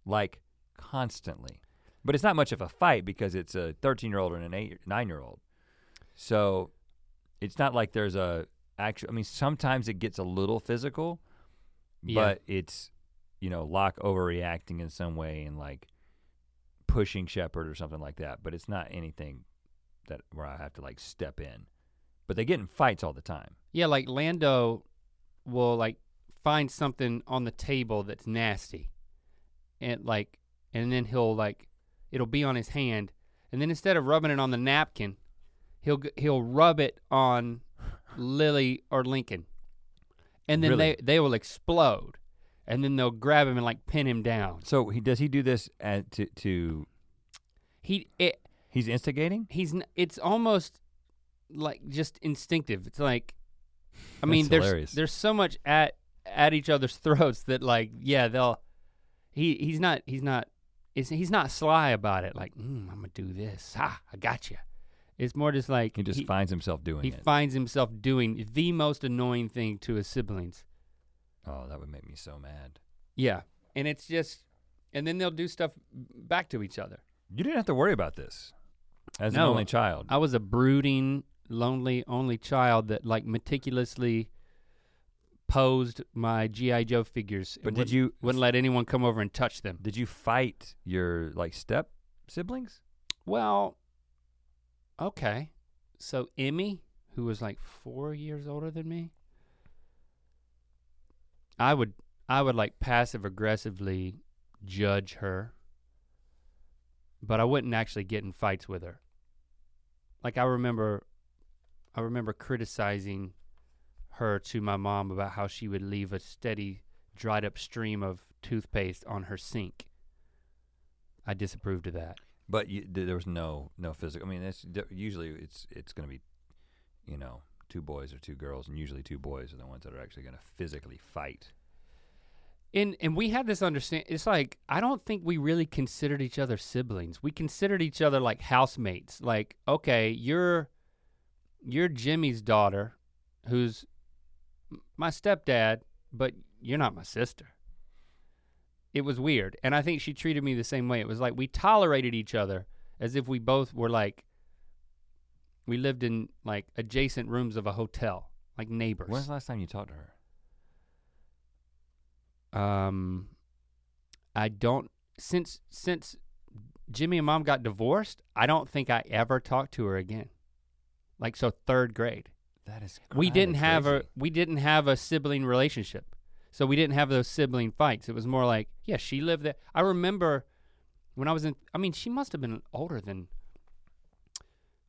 S4: like constantly. But it's not much of a fight because it's a 13 year old and an eight nine year old, so it's not like there's a actual. I mean, sometimes it gets a little physical,
S5: Yeah.
S4: but it's you know Locke overreacting in some way and like pushing Shepard or something like that. But it's not anything that where I have to like step in. But they get in fights all the time.
S5: Yeah, like Lando will like find something on the table that's nasty. And like and then he'll like it'll be on his hand and then instead of rubbing it on the napkin, he'll g- he'll rub it on Lily or Lincoln. And then
S4: Really?
S5: they they will explode. And then they'll grab him and like pin him down.
S4: So he does he do this at, to to
S5: He it
S4: he's instigating?
S5: he's n- it's almost like just instinctive. It's like I mean
S4: That's
S5: there's
S4: hilarious.
S5: there's so much at at each other's throats that like yeah they'll he he's not he's not it's, he's not sly about it like mm, I'm gonna do this ha I got you. It's more just like
S4: He just
S5: he,
S4: finds himself doing
S5: he
S4: it.
S5: finds himself doing the most annoying thing to his siblings.
S4: oh, that would make me so mad.
S5: Yeah, and it's just and then they'll do stuff back to each other.
S4: You didn't have to worry about this as
S5: No,
S4: an only child.
S5: I was a brooding, lonely, only child that like meticulously posed my GI Joe figures. and
S4: But did
S5: wouldn't-
S4: you-
S5: wouldn't let anyone come over and touch them?
S4: Did you fight your like step siblings?
S5: Well, okay. So Emmy, who was like four years older than me, I would I would like passive aggressively judge her, but I wouldn't actually get in fights with her. Like I remember, I remember criticizing her to my mom about how she would leave a steady dried up stream of toothpaste on her sink. I disapproved of that.
S4: But you, th- there was no no physical. I mean, that's d- usually it's it's going to be, you know, two boys or two girls, and usually two boys are the ones that are actually going to physically fight.
S5: And and we had this understand. It's like I don't think we really considered each other siblings. We considered each other like housemates. Like okay, you're you're Jimmy's daughter, who's m- my stepdad, but you're not my sister. It was weird, and I think she treated me the same way. It was like we tolerated each other as if we both were like we lived in like adjacent rooms of a hotel, like neighbors.
S4: When's the last time you talked to her?
S5: Um, I don't since since Jimmy and Mom got divorced. I don't think I ever talked to her again. Like so, third grade.
S4: Oh, That is.
S5: We
S4: kinda
S5: didn't have a
S4: crazy.
S5: we didn't have a sibling relationship, so we didn't have those sibling fights. It was more like, yeah, she lived there. I remember when I was in. I mean, she must have been older than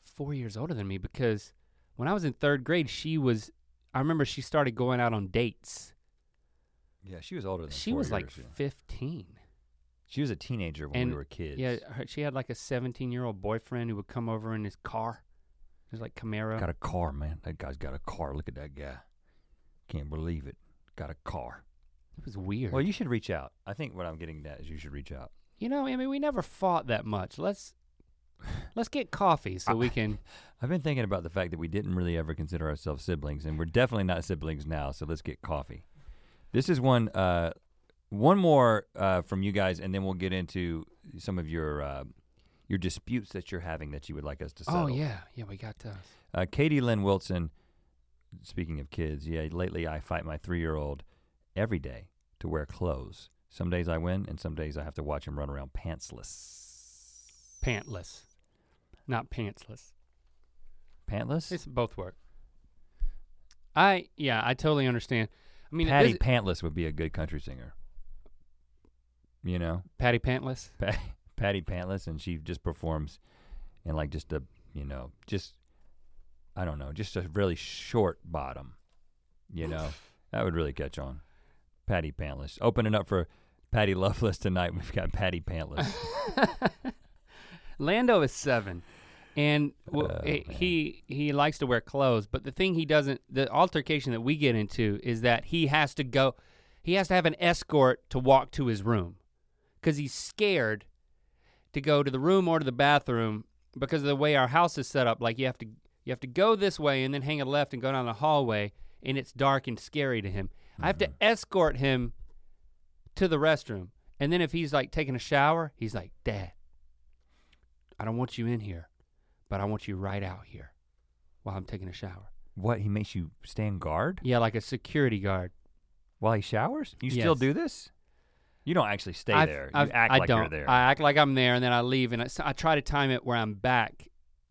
S5: four years older than me because when I was in third grade, she was. I remember she started going out on dates.
S4: Yeah, she was older than.
S5: She
S4: four
S5: was like
S4: years, yeah.
S5: fifteen.
S4: She was a teenager when we were kids.
S5: Yeah, her, she had like a 17 year old boyfriend who would come over in his car. It was like Camaro.
S4: Got a car, man. That guy's got a car. Look at that guy. Can't believe it. Got a car.
S5: It was weird.
S4: Well,
S5: Well, you,
S4: you should reach out. I think what I'm getting at is you should reach out.
S5: know, I mean, we never fought that much. Let's let's get coffee so we can.
S4: I've been thinking about the fact that we didn't really ever consider ourselves siblings, and we're definitely not siblings now. So let's get coffee. This is one, uh, one more uh, from you guys, and then we'll get into some of your uh, your disputes that you're having that you would like us to settle.
S5: Oh yeah, yeah, we got those.
S4: Uh, Katie Lynn Wilson, speaking of kids, yeah, lately I fight my three year old every day to wear clothes. Some days I win, and some days I have to watch him run around pantsless.
S5: Pantless, not pantsless.
S4: Pantless?
S5: It's both work. I yeah, I totally understand. I mean,
S4: Patty
S5: this-
S4: Pantless would be a good country singer. You know?
S5: Patty Pantless.
S4: Pa- Patty Pantless, and she just performs in like just a, you know, just, I don't know, just a really short bottom. You know? that would really catch on. Patty Pantless. Opening up for Patty Loveless tonight. We've got Patty Pantless.
S5: Lando is seven, and w-
S4: Oh,
S5: it-
S4: man.
S5: he he likes to wear clothes. But the thing he doesn't, the altercation that we get into is that he has to go, he has to have an escort to walk to his room, because he's scared to go to the room or to the bathroom because of the way our house is set up. Like you have to you have to go this way and then hang a left and go down the hallway, and it's dark and scary to him. I have
S4: Mm-hmm.
S5: to escort him to the restroom, and then if he's like taking a shower, he's like, Dad. I don't want you in here, but I want you right out here while I'm taking a shower.
S4: what? He makes you stand guard
S5: Yeah, like a security guard.
S4: while he showers? You still
S5: Yes.
S4: do this? You don't actually stay
S5: I've-
S4: there.
S5: I've-
S4: you act
S5: I
S4: like
S5: don't.
S4: you're there.
S5: I act like I'm there, and then I leave, and I, so I try to time it where I'm back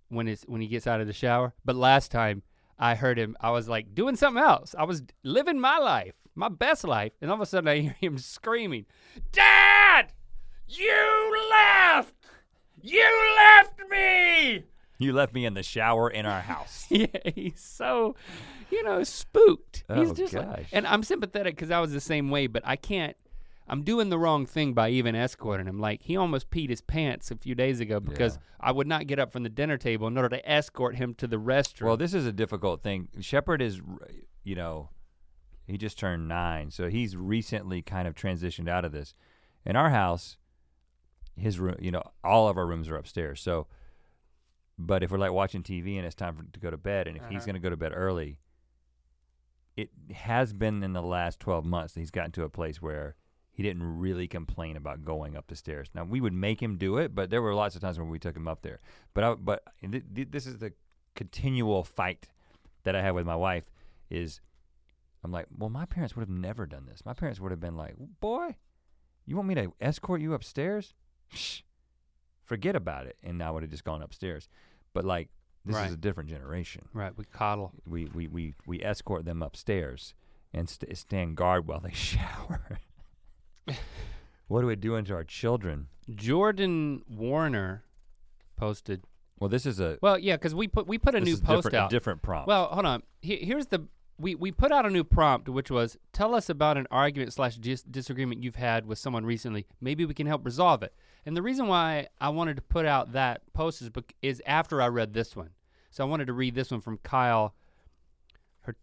S5: when it's when he gets out of the shower. But last time I heard him, I was like doing something else. I was living my life, my best life, and all of a sudden I hear him screaming, "Dad, you left! You left me!"
S4: you left me in the shower in our house.
S5: yeah, he's so, you know, spooked. he's
S4: Oh,
S5: just like,
S4: gosh.
S5: and I'm sympathetic because I was the same way, but I can't. I'm doing the wrong thing by even escorting him. Like he almost peed his pants a few days ago because I would not get up from the dinner table in order to escort him to the restroom.
S4: well, this is a difficult thing. Shepard is, r- you know, he just turned nine, so he's recently kind of transitioned out of this. In our house, his room, you know, all of our rooms are upstairs. So, but if we're like watching TV and it's time for, to go to bed, and if he's
S5: Uh-huh.
S4: going to go to bed early, it has been in the last 12 months that he's gotten to a place where he didn't really complain about going up the stairs. Now we would make him do it, but there were lots of times when we took him up there. But I, but th- th- this is the continual fight that I had with my wife is I'm like, well, my parents would have never done this. My parents would have been like, boy, you want me to escort you upstairs? Shh, forget about it, and I would have just gone upstairs. But like this
S5: Right.
S4: is a different generation.
S5: Right, we coddle.
S4: We we we we escort them upstairs and st- stand guard while they shower. what are we doing to our children?
S5: Jordan Warner posted.
S4: Well, this is a
S5: Well, yeah, because we put we put a
S4: this
S5: new
S4: is
S5: post
S4: different,
S5: out.
S4: A different prompt.
S5: Well, hold on. He- Here's the we we put out a new prompt, which was tell us about an argument slash dis- disagreement you've had with someone recently. Maybe we can help resolve it. And the reason why I wanted to put out that post is bec- is after I read this one. So I wanted to read this one from Kyle. Her,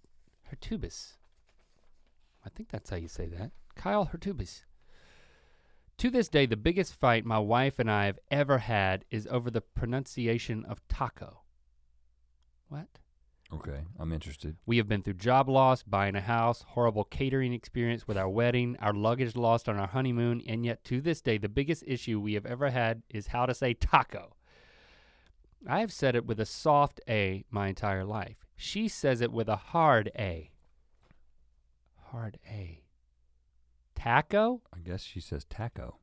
S5: Hertubis. I think that's how you say that. Kyle Hertubis. To this day, the biggest fight my wife and I have ever had is over the pronunciation of taco. What?
S4: okay, I'm interested.
S5: We have been through job loss, buying a house, horrible catering experience with our wedding, our luggage lost on our honeymoon, and yet to this day, the biggest issue we have ever had is how to say taco. I have said it with a soft A my entire life. She says it with a hard A. Hard A. Taco?
S4: I guess she says taco.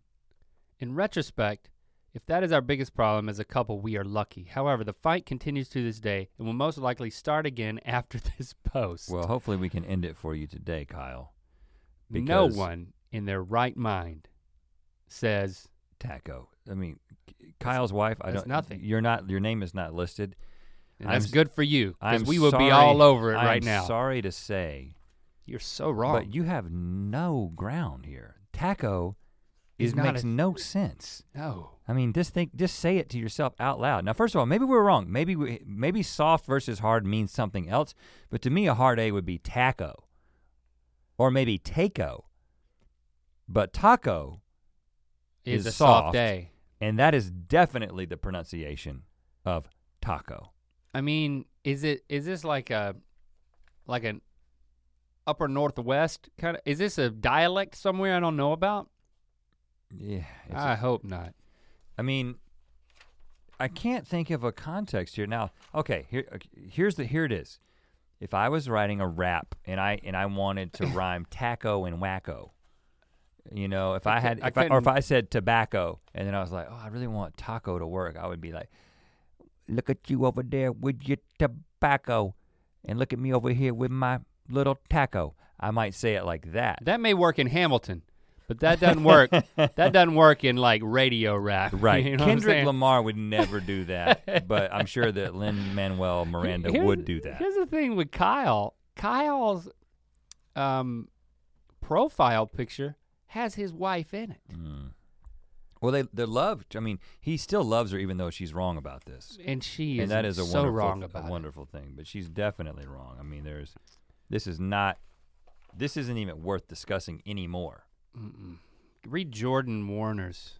S5: In retrospect, if that is our biggest problem as a couple, we are lucky. However, the fight continues to this day and will most likely start again after this post.
S4: Well, hopefully we can end it for you today, Kyle.
S5: no
S4: because-
S5: one in their right mind says
S4: Taco. I mean, Kyle's wife. I
S5: That's
S4: don't.
S5: nothing.
S4: You're not. Your name is not listed.
S5: and that's
S4: I'm-
S5: good for you because
S4: I'm
S5: we would
S4: sorry-
S5: be all over it
S4: I'm
S5: right now.
S4: Sorry to say,
S5: You're so wrong.
S4: but you have no ground here. Taco is
S5: It's not
S4: makes
S5: a-
S4: no sense.
S5: no.
S4: I mean, just think, just say it to yourself out loud. Now, first of all, maybe we're wrong. Maybe we, maybe soft versus hard means something else. But to me, a hard A would be taco, or maybe taco. But taco,
S5: It's
S4: is
S5: a soft,
S4: soft.
S5: day.
S4: and that is definitely the pronunciation of taco.
S5: I mean, is it is this like a like an upper northwest kind of is this a dialect somewhere I don't know about?
S4: Yeah. it's a-
S5: I hope not.
S4: I mean, I can't think of a context here now. Okay, here ok- here's the here it is. If I was writing a rap and I and I wanted to rhyme taco and wacko, you know, if I,
S5: I cou-
S4: had
S5: I
S4: if I, or if
S5: couldn't-
S4: I said tobacco and then I was like, oh, I really want taco to work, I would be like, look at you over there with your tobacco, and look at me over here with my little taco. I might say it like that.
S5: That may work in Hamilton, but that doesn't work. that doesn't work in like radio rap.
S4: Right.
S5: You know what I'm
S4: Kendrick
S5: saying?
S4: Lamar would never do that, but I'm sure that Lynn Manuel Miranda
S5: Here's-
S4: would do that.
S5: Here's the thing with Kyle. Kyle's um, profile picture has his wife in it,
S4: Mm. Well, they they love. I mean, he still loves her, even though she's wrong about this,
S5: and she is
S4: and that is a
S5: so
S4: wonderful,
S5: wrong
S4: a
S5: about it.
S4: wonderful thing. But she's definitely wrong. I mean, there's this is not this isn't even worth discussing anymore.
S5: Mm-mm. Read Jordan Warner's.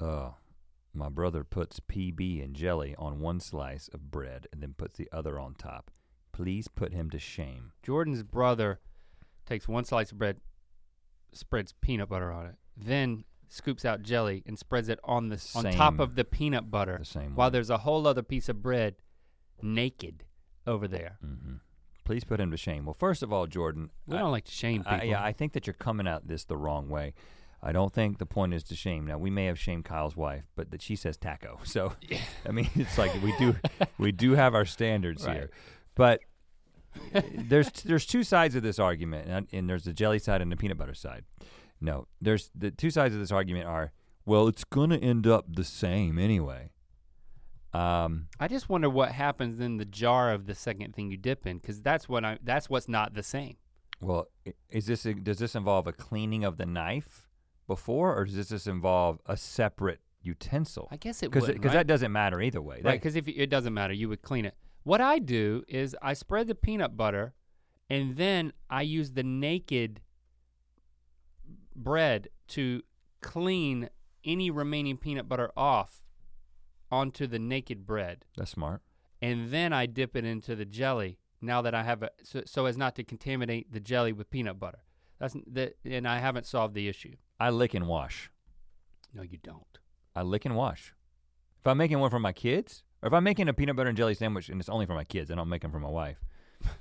S4: Uh, my brother puts PB and jelly on one slice of bread and then puts the other on top. Please put him to shame.
S5: Jordan's brother takes one slice of bread, spreads peanut butter on it, then scoops out jelly and spreads it on the on top
S4: Same-
S5: of the peanut butter.
S4: the same
S5: While
S4: one.
S5: there's a whole other piece of bread, naked, over there.
S4: hmm Please put him to shame. Well, first of all, Jordan,
S5: We
S4: I-
S5: don't like to shame people.
S4: I, yeah, I think that you're coming at this the wrong way. I don't think the point is to shame. Now we may have shamed Kyle's wife, but that she says taco. So I mean, it's like we do we do have our standards
S5: Right.
S4: here, but uh, there's there's two sides of this argument, and, and there's the jelly side and the peanut butter side. No, there's the two sides of this argument are well, it's gonna end up the same anyway. Um,
S5: I just wonder what happens in the jar of the second thing you dip in, because that's what I that's what's not the same.
S4: Well, i- is this does this involve a cleaning of the knife before, or does this just involve a separate utensil?
S5: I guess it
S4: Because
S5: would,
S4: that doesn't matter either way.
S5: Right,
S4: That-
S5: because if you, it doesn't matter, you would clean it. What I do is I spread the peanut butter, and then I use the naked bread to clean any remaining peanut butter off onto the naked bread,
S4: that's smart.
S5: and then I dip it into the jelly. Now that I have a so, so as not to contaminate the jelly with peanut butter. That's that, and I haven't solved the issue.
S4: I lick and wash.
S5: No, you don't.
S4: I lick and wash. If I'm making one for my kids, or if I'm making a peanut butter and jelly sandwich and it's only for my kids, I don't make them for my wife.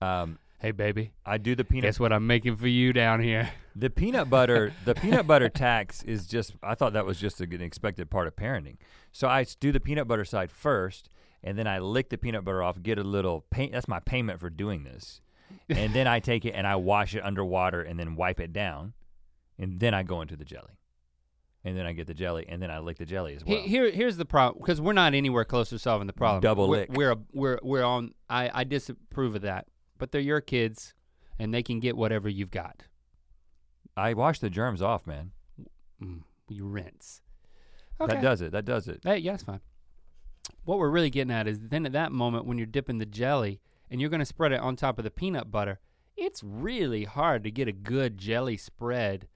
S4: Um,
S5: Hey baby,
S4: I do the peanut
S5: guess what I'm making for you down here?
S4: The peanut butter, the peanut butter tax is just. I thought that was just an expected part of parenting. So I s- do the peanut butter side first, and then I lick the peanut butter off, get a little paint. That's my payment for doing this, and then I take it and I wash it underwater, and then wipe it down, and then I go into the jelly, and then I get the jelly, and then I lick the jelly as
S5: He-
S4: well.
S5: Here, here's the problem because we're not anywhere close to solving the problem.
S4: Double
S5: we're,
S4: lick.
S5: We're a, we're we're on. I I disapprove of that, but they're your kids, and they can get whatever you've got.
S4: I wash the germs off, man.
S5: Mm, you rinse. Okay.
S4: That does it. That does it.
S5: Hey, yeah, it's fine. What we're really getting at is then at that moment when you're dipping the jelly and you're gonna spread it on top of the peanut butter, it's really hard to get a good jelly spread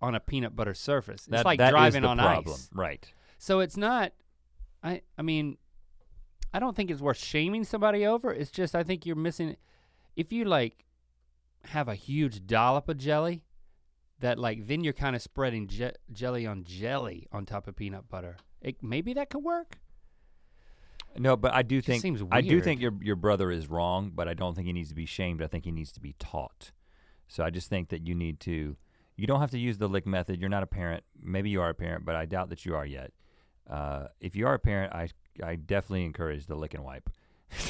S5: on a peanut butter surface. It's
S4: That-
S5: like
S4: that is
S5: driving
S4: the
S5: on
S4: problem.
S5: ice.
S4: Right.
S5: So it's not I I mean I don't think it's worth shaming somebody over. It's just I think you're missing if you like have a huge dollop of jelly that like then you're kind of spreading je- jelly on jelly on top of peanut butter. It, maybe that could work.
S4: No, but I do
S5: Just
S4: think
S5: seems
S4: I do
S5: weird.
S4: think your your brother is wrong, but I don't think he needs to be shamed. I think he needs to be taught. So I just think that you need to. You don't have to use the lick method. You're not a parent. Maybe you are a parent, but I doubt that you are yet. Uh, if you are a parent, I I definitely encourage the lick and wipe,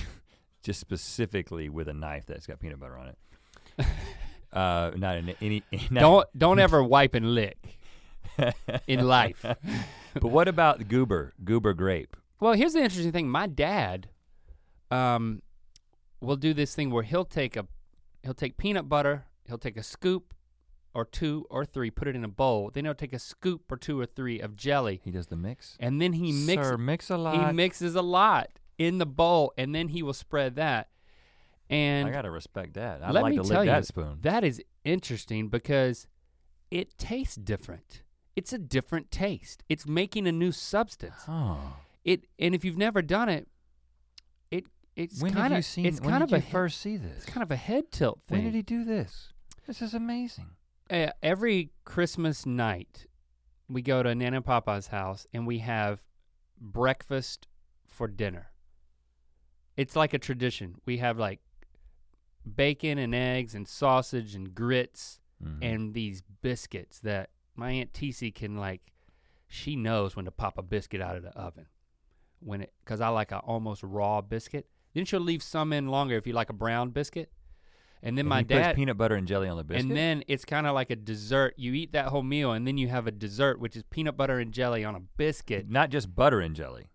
S4: just specifically with a knife that's got peanut butter on it. uh, not in any. Not,
S5: Don't don't ever wipe and lick in life.
S4: But what about goober? Goober grape.
S5: Well, here's the interesting thing. My dad, um, will do this thing where he'll take a, he'll take peanut butter, he'll take a scoop, or two or three, put it in a bowl. Then he'll take a scoop or two or three of jelly,
S4: He does the mix.
S5: and then he mixes.
S4: Sir, mix a lot.
S5: He mixes a lot in the bowl, and then he will spread that. And
S4: I gotta respect that. I'd
S5: let
S4: like
S5: me
S4: to
S5: tell
S4: lick that
S5: you,
S4: spoon.
S5: That is interesting because it tastes different. It's a different taste. It's making a new substance.
S4: Oh.
S5: it and if you've never done it, it it's
S4: when
S5: kind
S4: have you
S5: of
S4: seen?
S5: it's
S4: when
S5: kind
S4: did
S5: of a
S4: you
S5: he-
S4: first see this?
S5: it's kind of a head tilt
S4: when
S5: thing.
S4: did he do this? This is amazing.
S5: Uh, every Christmas night, we go to Nana and Papa's house and we have breakfast for dinner. It's like a tradition. We have like bacon and eggs and sausage and grits
S4: Mm-hmm.
S5: and these biscuits that my aunt TC can like. She knows when to pop a biscuit out of the oven, when it because I like a almost raw biscuit. Then she'll leave some in longer if you like a brown biscuit. And then my
S4: he
S5: dad
S4: puts peanut butter and jelly on the biscuit.
S5: and then it's kind of like a dessert. You eat that whole meal, and then you have a dessert, which is peanut butter and jelly on a biscuit.
S4: not just butter and jelly,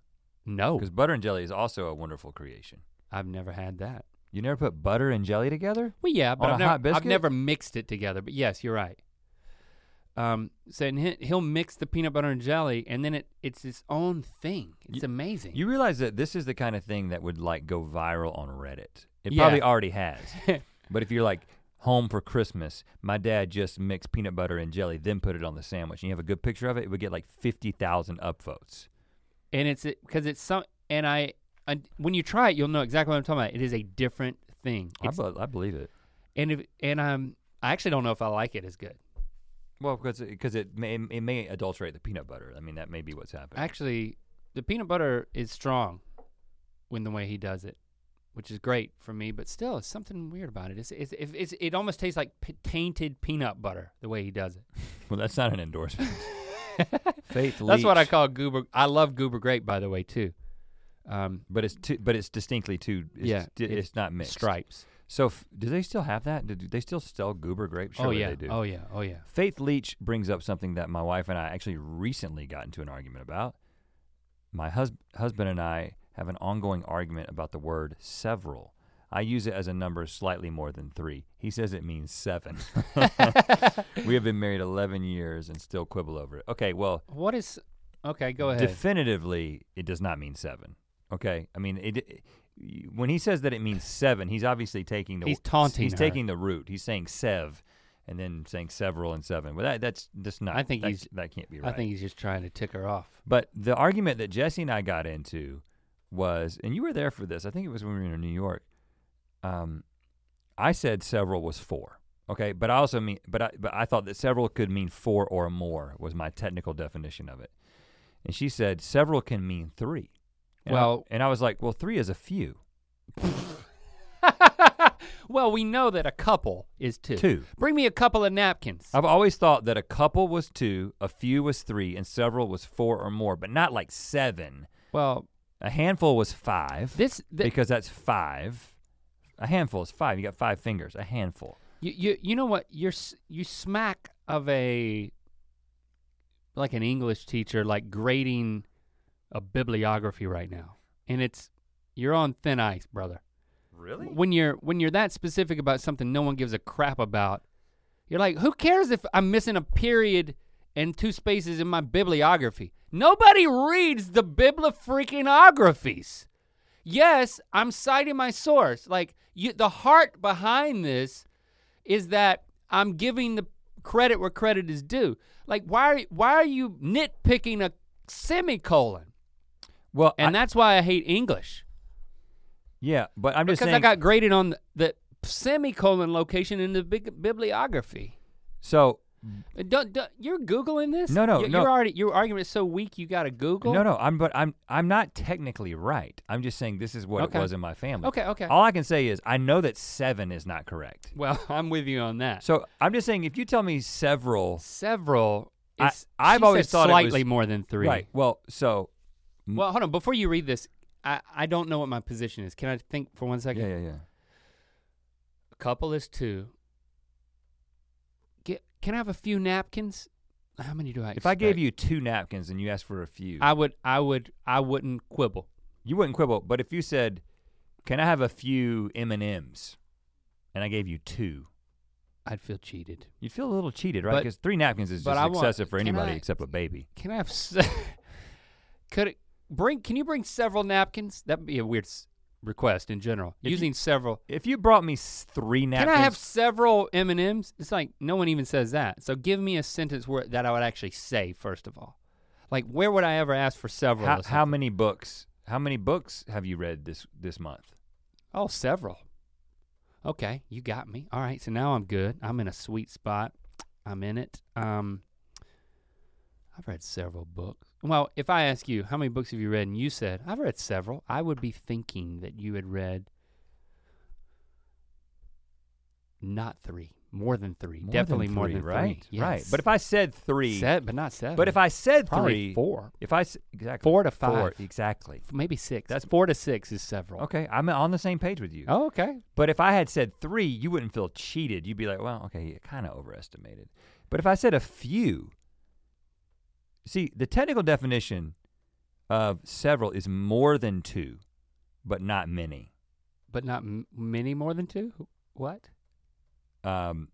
S5: No,
S4: because butter and jelly is also a wonderful creation.
S5: I've never had that.
S4: You never put butter and jelly together?
S5: Well, yeah, but
S4: On a
S5: I've, never,
S4: hot biscuit?
S5: I've never mixed it together. But yes, you're right. Um, so and he- he'll mix the peanut butter and jelly, and then it it's its own thing. It's
S4: You-
S5: amazing.
S4: You realize that this is the kind of thing that would like go viral on Reddit. It
S5: Yeah.
S4: probably already has. but if you're like home for Christmas, my dad just mixed peanut butter and jelly, then put it on the sandwich, and you have a good picture of it, it would get like fifty thousand upvotes.
S5: and it's because it's some. And I, I when you try it, you'll know exactly what I'm talking about. It is a different thing.
S4: I,
S5: It's,
S4: be- I believe it.
S5: and if and I'm I actually don't know if I like it as good.
S4: Well, because because it, may it may adulterate the peanut butter. I mean, that may be what's happening.
S5: Actually, the peanut butter is strong when the way he does it, which is great for me. But still, it's something weird about it. It's, it's, if- it's it almost tastes like p- tainted peanut butter the way he does it.
S4: well, that's not an endorsement. Faith.
S5: That's what I
S4: Leach,
S5: call goober. I love goober grape by the way too. Um,
S4: But it's too, but it's distinctly too. It's
S5: Yeah,
S4: di-
S5: it's
S4: it's, not mixed.
S5: stripes.
S4: So f- do they still have that? Do, do they still sell Goober grape? Sure
S5: oh yeah.
S4: they do.
S5: Oh yeah. Oh yeah.
S4: Faith Leach brings up something that my wife and I actually recently got into an argument about. My hus- husband and I have an ongoing argument about the word several. I use it as a number slightly more than three. He says it means seven. we have been married 11 years and still quibble over it. Okay, well,
S5: What is? Okay, go ahead.
S4: definitively, it does not mean seven. Okay, I mean, it, it- when he says that it means seven, he's obviously taking the
S5: He's taunting
S4: He's
S5: her.
S4: taking the root. He's saying sev, and then saying several and seven. Well, that, that's that's not.
S5: I think
S4: that,
S5: he's-
S4: that can't be
S5: I
S4: right.
S5: think he's just trying to tick her off.
S4: But the argument that Jesse and I got into was, and you were there for this. I think it was when we were in New York. Um, I said several was four. Okay, but I also mean, but I, but I thought that several could mean four or more was my technical definition of it. And she said several can mean three. And I-
S5: Well-
S4: and I was like, well, three is a few.
S5: Well, we know that a couple is two.
S4: Two. Oh.
S5: Bring me a couple of napkins.
S4: I've always thought that a couple was two, a few was three, and several was four or more, but not like seven.
S5: well,
S4: A handful was five
S5: this th-
S4: because that's five. A handful is five. You got five fingers. A handful.
S5: you, you you know what you're s- you smack of a like an English teacher like grading a bibliography right now. And it's you're on thin ice, brother.
S4: Really?
S5: when you're when you're that specific about something no one gives a crap about you're like who cares if i'm missing a period and two spaces in my bibliography nobody reads the bibliofreakinographies yes i'm citing my source like you, the heart behind this is that i'm giving the credit where credit is due like why are, why are you nitpicking a semicolon
S4: Well,
S5: and
S4: I-
S5: that's why i hate english
S4: yeah, but I'm just
S5: because
S4: saying.
S5: I got graded on the, the semicolon location in the big bibliography.
S4: so
S5: Uh, Don't, don't- you're googling this?
S4: No, no,
S5: Your-
S4: no.
S5: Your, already, your argument is so weak. You got to Google.
S4: no, no. I'm but I'm I'm not technically right. I'm just saying this is what
S5: Okay.
S4: it was in my family.
S5: Okay, okay.
S4: All I can say is I know that seven is not correct.
S5: well, I'm with you on that.
S4: So I'm just saying if you tell me several,
S5: Several.
S4: I-
S5: Is,
S4: I've
S5: she
S4: always
S5: said
S4: thought it
S5: slightly
S4: was-
S5: more than three.
S4: right? Well, so
S5: Well, hold on. Before you read this, I, I don't know what my position is. Can I think for one second?
S4: yeah, yeah, yeah.
S5: A couple is two. Get, can I have a few napkins? How many do I?
S4: If I gave
S5: expect?
S4: you two napkins and you asked for a few,
S5: I would, I would, I wouldn't quibble.
S4: you wouldn't quibble. But if you said, "Can I have a few M and M's?" and I gave you two,
S5: I'd feel cheated.
S4: you'd feel a little cheated, right?
S5: But-
S4: Because three napkins is
S5: but
S4: just
S5: I want-
S4: excessive for
S5: can
S4: anybody
S5: I-
S4: except a baby.
S5: Can I have? Se- could it bring? Can you bring several napkins? That'd be a weird s- request in general.
S4: If you-
S5: Using several.
S4: If you brought me s- three napkins,
S5: Can I have several M and M's? It's like no one even says that. So give me a sentence where that I would actually say first of all. Like where would I ever ask for several?
S4: how,
S5: or
S4: how
S5: something?
S4: many books? How many books have you read this this month?
S5: Oh, several. Okay, you got me. All right, so now I'm good. I'm in a sweet spot. I'm in it. Um, I've read several books. Well, if I ask you how many books have you read, and you said I've read several, I would be thinking that you had read not three, more than three,
S4: More than
S5: definitely more
S4: three,
S5: than
S4: right?
S5: three.
S4: Right.
S5: Yes.
S4: But if I said three,
S5: Set- but not seven.
S4: but if I said
S5: Probably
S4: three,
S5: four,
S4: if I s- exactly
S5: Four to five.
S4: exactly.
S5: maybe six.
S4: That's-
S5: four to six is several.
S4: Okay, I'm on the same page with you.
S5: Oh, okay.
S4: But if I had said three, you wouldn't feel cheated. You'd be like, well, okay, you kind of overestimated. But if I said a few, see, the technical definition of several is more than two, but not many.
S5: But not m- many more than two. What?
S4: Um,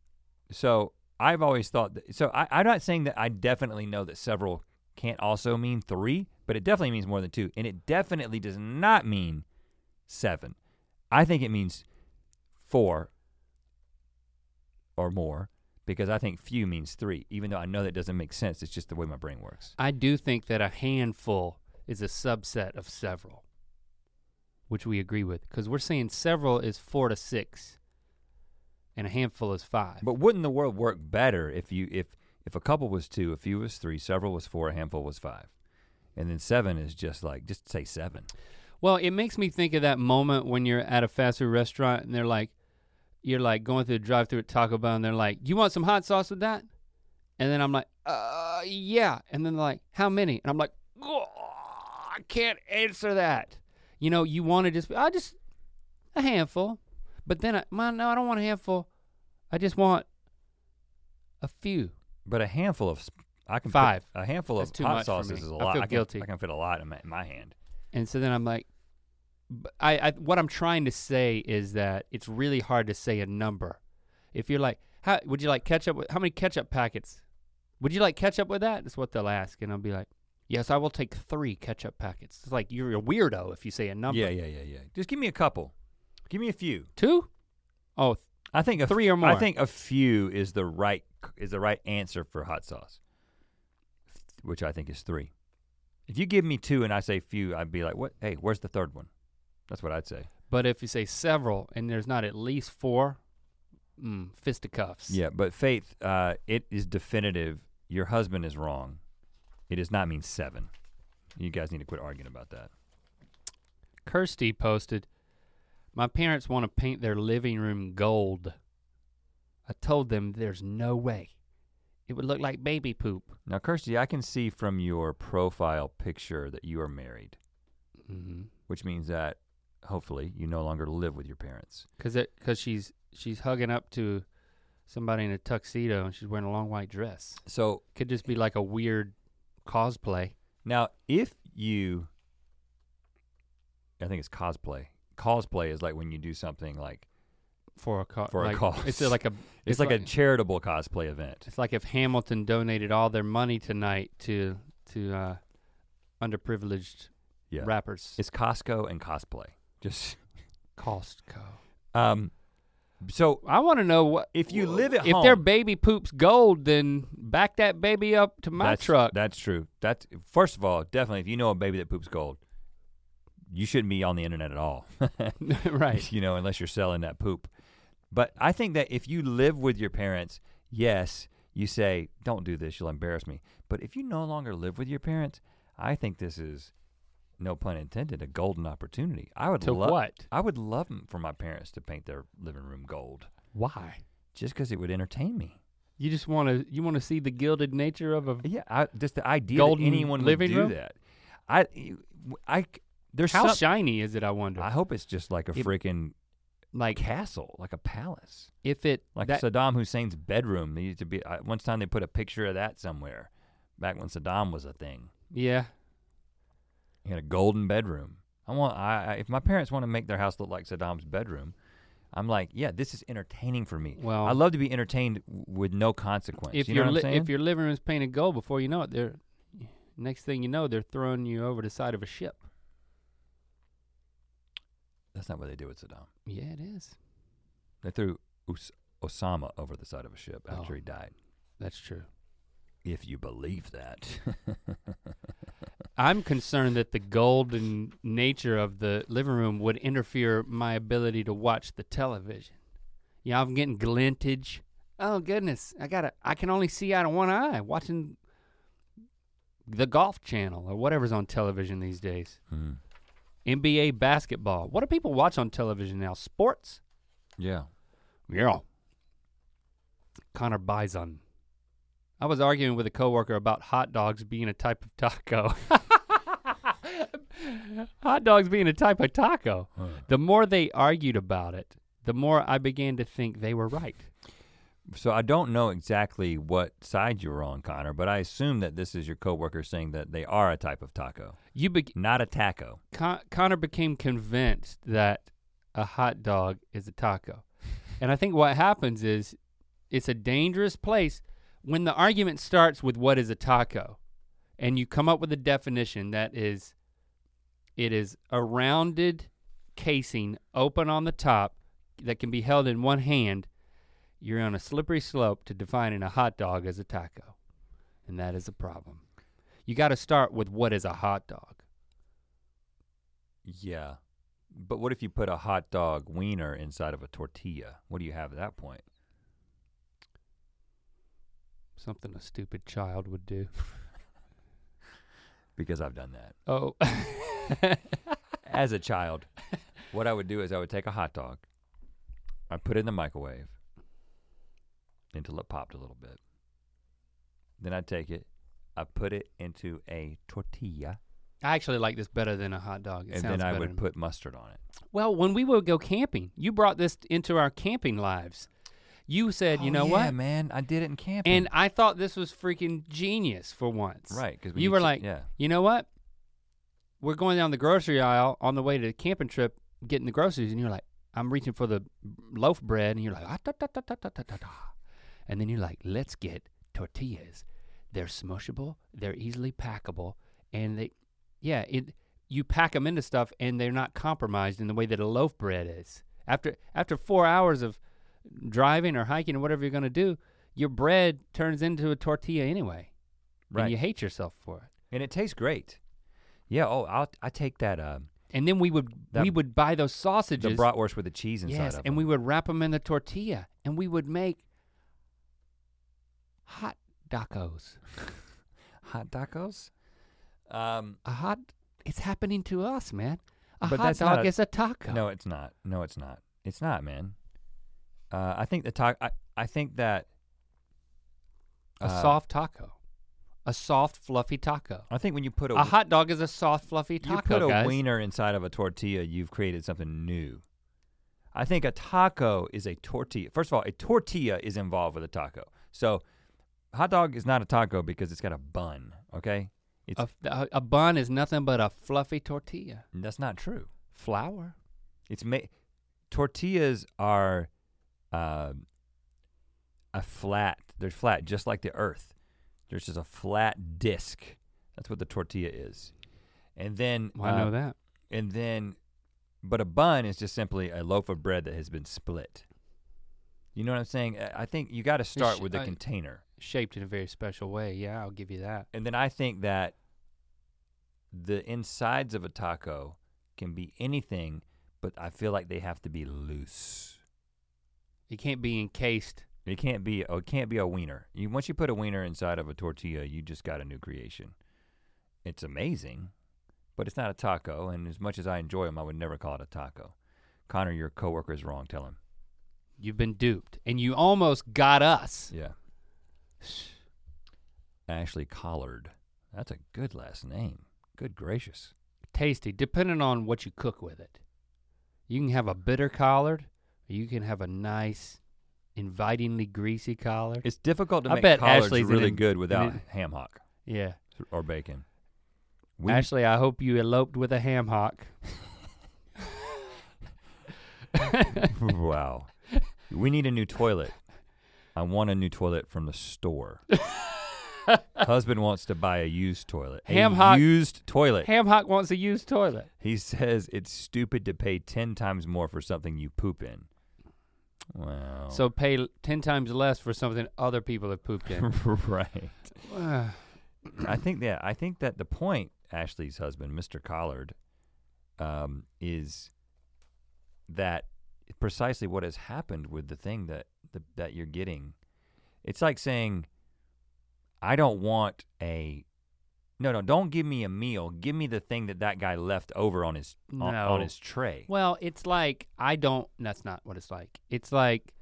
S4: so I've always thought that, so I, I'm not saying that I definitely know that several can't also mean three, but it definitely means more than two. And it definitely does not mean seven. I think it means four or more because I think few means three, even though I know that doesn't make sense. It's just the way my brain works.
S5: I do think that a handful is a subset of several, which we agree with, because we're saying several is four to six, and a handful is five.
S4: But wouldn't the world work better if you if if a couple was two, a few was three, several was four, a handful was five, and then seven is just like just say seven.
S5: well, it makes me think of that moment when you're at a fast food restaurant and they're like, you're like going through the drive-through at Taco Bell, and they're like, "You want some hot sauce with that?" And then I'm like, "Uh, yeah." And then they're like, "How many?" And I'm like, "Ugh, "I can't answer that." You know, you want to just, I just a handful, but then I, man, no, I don't want a handful. I just want a few.
S4: But a handful of sp- I can put-
S5: Five.
S4: a handful
S5: That's
S4: of
S5: too
S4: hot
S5: much for
S4: sauces
S5: me.
S4: is
S5: I
S4: a lot.
S5: feel
S4: can,
S5: guilty.
S4: I can fit a lot in my, in my hand.
S5: And so then I'm like, but I, I what I'm trying to say is that it's really hard to say a number. If you're like, how would you like ketchup? With, how many ketchup packets? Would you like ketchup with that? That's what they'll ask, and I'll be like, yes, I will take three ketchup packets. It's like you're a weirdo if you say a number.
S4: Yeah, yeah, yeah, yeah. Just give me a couple. Give me a few.
S5: Two? Oh, th-
S4: I think a
S5: Three or more.
S4: I think a few is the right is the right answer for hot sauce, which I think is three. If you give me two and I say few, I'd be like, "What? Hey, where's the third one?" That's what I'd say.
S5: but if you say several and there's not at least four, mm, fisticuffs.
S4: Yeah, but Faith, uh, it is definitive. Your husband is wrong. It does not mean seven. You guys need to quit arguing about that.
S5: Kirsty posted, My parents want to paint their living room gold. I told them there's no way. It would look like baby poop.
S4: Now, Kirsty, I can see from your profile picture that you are married,
S5: Mm-hmm.
S4: which means that hopefully you no longer live with your parents.
S5: Cause it, cause she's she's hugging up to somebody in a tuxedo and she's wearing a long white dress.
S4: So
S5: Could just be like a weird cosplay.
S4: now, if you, I think it's cosplay. Cosplay is like when you do something like
S5: for a cause.
S4: For a
S5: like,
S4: cause.
S5: It's like a.
S4: it's, like, a charitable cosplay event.
S5: It's like if Hamilton donated all their money tonight to to uh, underprivileged
S4: Yeah,
S5: rappers.
S4: it's Costco and cosplay. Just
S5: Costco.
S4: um, so
S5: I want to know what
S4: If you live at
S5: if their
S4: home-
S5: baby poops gold, then back that baby up to my
S4: that's,
S5: truck.
S4: That's true. That's first of all, definitely if you know a baby that poops gold, you shouldn't be on the internet at all.
S5: right.
S4: you know, unless you're selling that poop. But I think that if you live with your parents, yes, you say, don't do this, you'll embarrass me. But if you no longer live with your parents, I think this is, no pun intended, a golden opportunity. I would
S5: To
S4: love
S5: what?
S4: I would love m- for my parents to paint their living room gold
S5: Why?
S4: just because it would entertain me.
S5: You just want to you want to see the gilded nature of a.
S4: Yeah, I, just the idea
S5: Golden
S4: that anyone
S5: living
S4: would do
S5: room?
S4: that. I, I, there's
S5: How
S4: some-
S5: shiny is it? I wonder.
S4: I hope it's just like a
S5: It-
S4: freaking
S5: like
S4: castle, like a palace.
S5: if it
S4: Like
S5: that,
S4: Saddam Hussein's bedroom, they used to be. I, once time they put a picture of that somewhere, back when Saddam was a thing.
S5: yeah.
S4: He had a golden bedroom. I want. I, I if my parents want to make their house look like Saddam's bedroom, I'm like, yeah, this is entertaining for me.
S5: Well-
S4: I love to be entertained w- with no consequence.
S5: if
S4: you know
S5: your
S4: what I'm
S5: li-
S4: saying?
S5: if your living room's painted gold, before you know it, they're next thing you know, they're throwing you over the side of a ship.
S4: That's not what they did with Saddam.
S5: Yeah, it is.
S4: They threw Us- Osama over the side of a ship after
S5: Oh.
S4: he died.
S5: That's true.
S4: If you believe that.
S5: I'm concerned that the golden nature of the living room would interfere my ability to watch the television. Yeah, I'm getting glintage. Oh goodness, I gotta. I can only see out of one eye watching the golf channel or whatever's on television these days.
S4: Hmm.
S5: NBA basketball. What do people watch on television now? Sports.
S4: Yeah.
S5: Yeah. Connor Bison. I was arguing with a coworker about hot dogs being a type of taco. hot dogs being a type of taco. The more they argued about it, the more I began to think they were right.
S4: So I don't know exactly what side you were on, Connor, but I assume that this is your coworker saying that they are a type of taco,
S5: You be-
S4: not a taco.
S5: Con- Connor became convinced that a hot dog is a taco. And I think what happens is it's a dangerous place when the argument starts with what is a taco and you come up with a definition that is it is a rounded casing open on the top that can be held in one hand. You're on a slippery slope to defining a hot dog as a taco. And that is a problem. You got to start with what is a hot dog.
S4: Yeah. But what if you put a hot dog wiener inside of a tortilla? What do you have at that point?
S5: Something a stupid child would do.
S4: Because I've done that.
S5: Oh.
S4: As a child, what I would do is I would take a hot dog, I put it in the microwave until it popped a little bit. Then I'd take it, I put it into a tortilla,
S5: I actually like this better than a hot dog. It
S4: and
S5: sounds
S4: then I
S5: better
S4: would
S5: to me.
S4: put mustard on it.
S5: Well, when we would go camping, you brought this into our camping lives. You said, you
S4: Oh,
S5: know
S4: yeah,
S5: what?
S4: man, I did it in camping.
S5: And I thought this was freaking genius for once.
S4: right, because
S5: You were like,
S4: yeah,
S5: You know what? We're going down the grocery aisle on the way to the camping trip, getting the groceries, and you're like, I'm reaching for the loaf bread, and you're like, ah, da, da, da, da, da, da, da, da. and then you're like, let's get tortillas. They're smushable, they're easily packable, and they, yeah, it. You pack them into stuff, and they're not compromised in the way that a loaf bread is. After after four hours of driving or hiking or whatever you're gonna do, your bread turns into a tortilla anyway,
S4: right,
S5: and you hate yourself for it.
S4: and it tastes great. Yeah, oh, I'll I take that um
S5: and then we would
S4: That-
S5: we would buy those
S4: the
S5: sausages.
S4: bratwurst with the cheese inside
S5: yes,
S4: of
S5: and we
S4: them.
S5: would wrap them in the tortilla, and we would make hot tacos.
S4: hot tacos. Um,
S5: A hot. It's happening to us, man. A
S4: But
S5: hot
S4: that's not
S5: dog
S4: a-
S5: is a taco.
S4: No, it's not. No, it's not. It's not, man. Uh, I think the talk. I, I think that
S5: a
S4: uh,
S5: soft taco, a soft fluffy taco.
S4: I think when you put a,
S5: A hot dog is a soft fluffy
S4: you
S5: taco.
S4: put a
S5: guys.
S4: wiener inside of a tortilla, you've created something new. I think a taco is a tortilla. First of all, a tortilla is involved with a taco. So, hot dog is not a taco because it's got a bun. Okay, it's
S5: A, a, a bun is nothing but a fluffy tortilla.
S4: that's not true.
S5: Flour.
S4: It's made tortillas are uh, a flat. They're flat, just like the Earth. There's just a flat disc. That's what the tortilla is. And then
S5: Well, I
S4: uh,
S5: know that.
S4: And then, but a bun is just simply a loaf of bread that has been split. You know what I'm saying? I I think you got to start
S5: sh-
S4: with the
S5: I-
S4: container.
S5: Shaped in a very special way. Yeah, I'll give you that.
S4: And then I think that the insides of a taco can be anything, but I feel like they have to be loose.
S5: It can't be encased.
S4: It can't be. Oh, it can't be a wiener. You once you put a wiener inside of a tortilla, you just got a new creation. It's amazing, but it's not a taco. And as much as I enjoy them, I would never call it a taco. Connor, your coworker is wrong. Tell him.
S5: You've been duped, and you almost got us.
S4: Yeah. Ashley Collard. That's a good last name. Good gracious.
S5: Tasty, depending on what you cook with it. You can have a bitter collard, or you can have a nice, invitingly greasy collard.
S4: It's difficult to
S5: I
S4: make
S5: bet
S4: collards
S5: Ashley's an
S4: really
S5: in-
S4: good without
S5: an
S4: ham hock
S5: yeah.
S4: or bacon. We,
S5: Ashley, I hope you eloped with a ham hock.
S4: wow. We need a new toilet. I want a new toilet from the store. Husband wants to buy a used toilet.
S5: Ham
S4: a
S5: hock-
S4: used toilet.
S5: ham hock wants a used toilet.
S4: he says it's stupid to pay 10 times more for something you poop in. Wow.
S5: So pay l- 10 times less for something other people have pooped in.
S4: right.
S5: Ah,
S4: I think that I think that the point Ashley's husband, Mr. Collard, um, is that precisely what has happened with the thing that the, that you're getting. It's like saying, I don't want a no, no, don't give me a meal. Give me the thing that that guy left over on his on, on
S5: No.
S4: his tray.
S5: well, it's like I don't that's not what it's like. It's like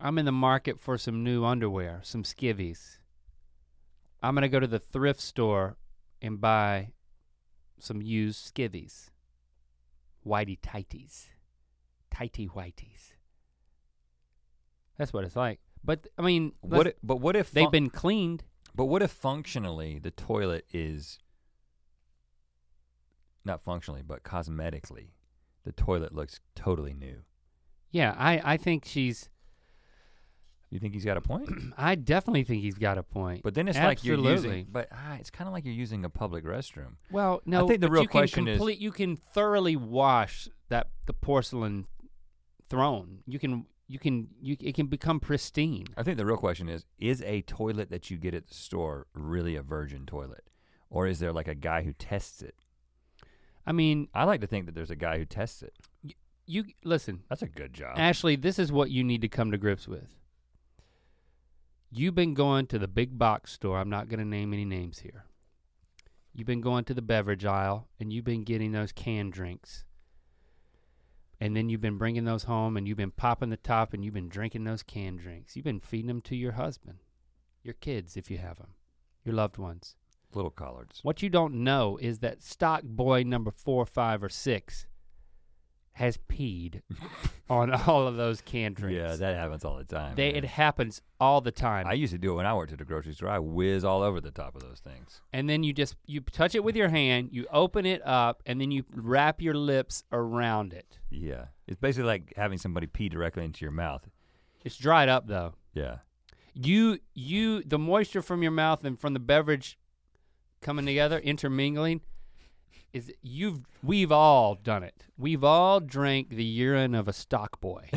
S5: I'm in the market for some new underwear, some skivvies. I'm going to go to the thrift store and buy some used skivvies. Whitey tighties. Tighty whiteys. That's what it's like. But I mean,
S4: what?
S5: let's-
S4: If, but what if
S5: they've
S4: func-
S5: been cleaned.
S4: But what if functionally the toilet is not functionally, but cosmetically, the toilet looks totally new.
S5: Yeah, I I think she's
S4: You think he's got a point?
S5: I definitely think he's got a point.
S4: But then it's like you're
S5: Absolutely.
S4: using. But ah, it's kind of like you're using a public restroom.
S5: well, no,
S4: think the
S5: but
S4: real
S5: you can
S4: question is-
S5: complete, you can thoroughly wash that the porcelain throne. You can you can you it can become pristine.
S4: I think the real question is: Is a toilet that you get at the store really a virgin toilet, or is there like a guy who tests it?
S5: I mean,
S4: I like to think that there's a guy who tests it.
S5: you listen,
S4: That's a good job.
S5: Ashley, this is what you need to come to grips with. You've been going to the big box store. I'm not going to name any names here. You've been going to the beverage aisle and you've been getting those canned drinks. And then you've been bringing those home and you've been popping the top and you've been drinking those canned drinks. You've been feeding them to your husband, your kids, if you have them, your loved ones.
S4: Little collards.
S5: What you don't know is that stock boy number four, five, or six has peed on all of those canned drinks.
S4: Yeah, that happens all the time.
S5: they,
S4: man.
S5: it happens all the time.
S4: I used to do it when I worked at the grocery store. I whiz all over the top of those things.
S5: and then you just you touch it with your hand, you open it up, and then you wrap your lips around it.
S4: Yeah. It's basically like having somebody pee directly into your mouth.
S5: It's dried up though.
S4: Yeah.
S5: You you the moisture from your mouth and from the beverage coming together, intermingling, is you've we've all done it. We've all drank the urine of a stock boy.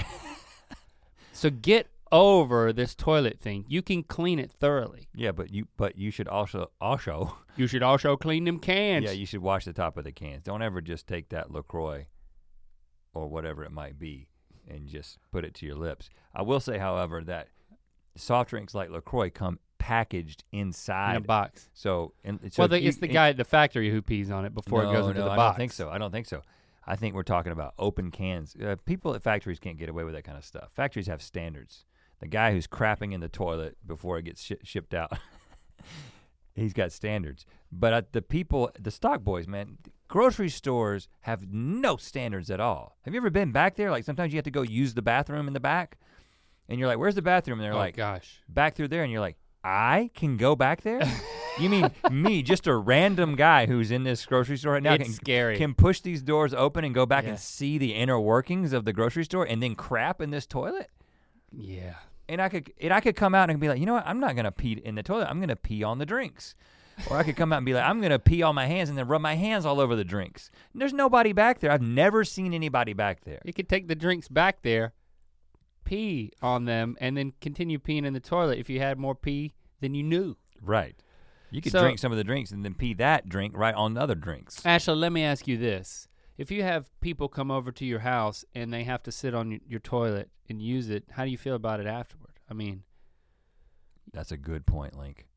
S5: so get over this toilet thing. You can clean it thoroughly.
S4: Yeah, but you but you should also also
S5: You should also clean them cans.
S4: Yeah, you should wash the top of the cans. Don't ever just take that LaCroix or whatever it might be and just put it to your lips. I will say, however, that soft drinks like LaCroix come packaged
S5: in
S4: inside.
S5: a box.
S4: So, and, so
S5: well, the,
S4: you-
S5: it's the
S4: and-
S5: guy at the factory who pees on it before it goes into
S4: no,
S5: the
S4: I
S5: box.
S4: don't think so. I don't think so. I think we're talking about open cans. Uh, people at factories can't get away with that kind of stuff. Factories have standards. The guy who's crapping in the toilet before it gets shi shipped out, he's got standards. But uh, the people, the stock boys, man, grocery stores have no standards at all. Have you ever been back there? Like sometimes you have to go use the bathroom in the back, and you're like, "Where's the bathroom?" And they're
S5: oh
S4: like,
S5: gosh.
S4: back through there and you're like, I can go back there? you mean me, just a random guy who's in this grocery store right now
S5: It's
S4: can,
S5: scary.
S4: can push these doors open and go back
S5: Yeah.
S4: and see the inner workings of the grocery store and then crap in this toilet?
S5: Yeah.
S4: And I could and I could come out and be like, you know what, I'm not gonna pee in the toilet, I'm gonna pee on the drinks. Or I could come out and be like, I'm gonna pee on my hands and then rub my hands all over the drinks. And there's nobody back there. I've never seen anybody back there.
S5: You could take the drinks back there, pee on them, and then continue peeing in the toilet if you had more pee than you knew.
S4: Right. You could
S5: So-
S4: drink some of the drinks and then pee that drink right on other drinks.
S5: Ashley, let me ask you this. If you have people come over to your house and they have to sit on your, your toilet and use it, how do you feel about it afterward? I mean,
S4: That's a good point, Link.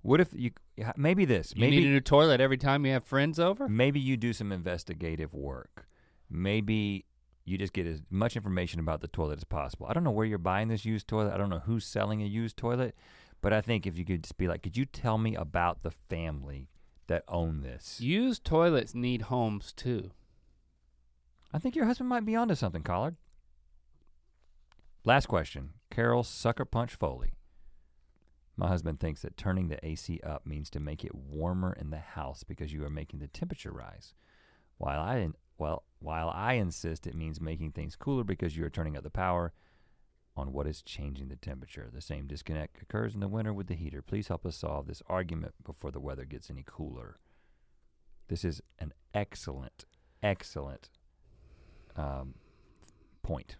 S4: What if you yeah, maybe this
S5: you need a
S4: maybe
S5: new toilet every time you have friends over?
S4: maybe you do some investigative work. Maybe you just get as much information about the toilet as possible. I don't know where you're buying this used toilet. I don't know who's selling a used toilet, but I think if you could just be like, could you tell me about the family that owned this?
S5: Used toilets need homes too.
S4: I think your husband might be onto something, Collard. Last question. Carol Sucker Punch Foley. My husband thinks that turning the AC up means to make it warmer in the house because you are making the temperature rise. While I well, while I insist it means making things cooler because you are turning up the power on what is changing the temperature. The same disconnect occurs in the winter with the heater. Please help us solve this argument before the weather gets any cooler. This is an excellent, excellent um, point.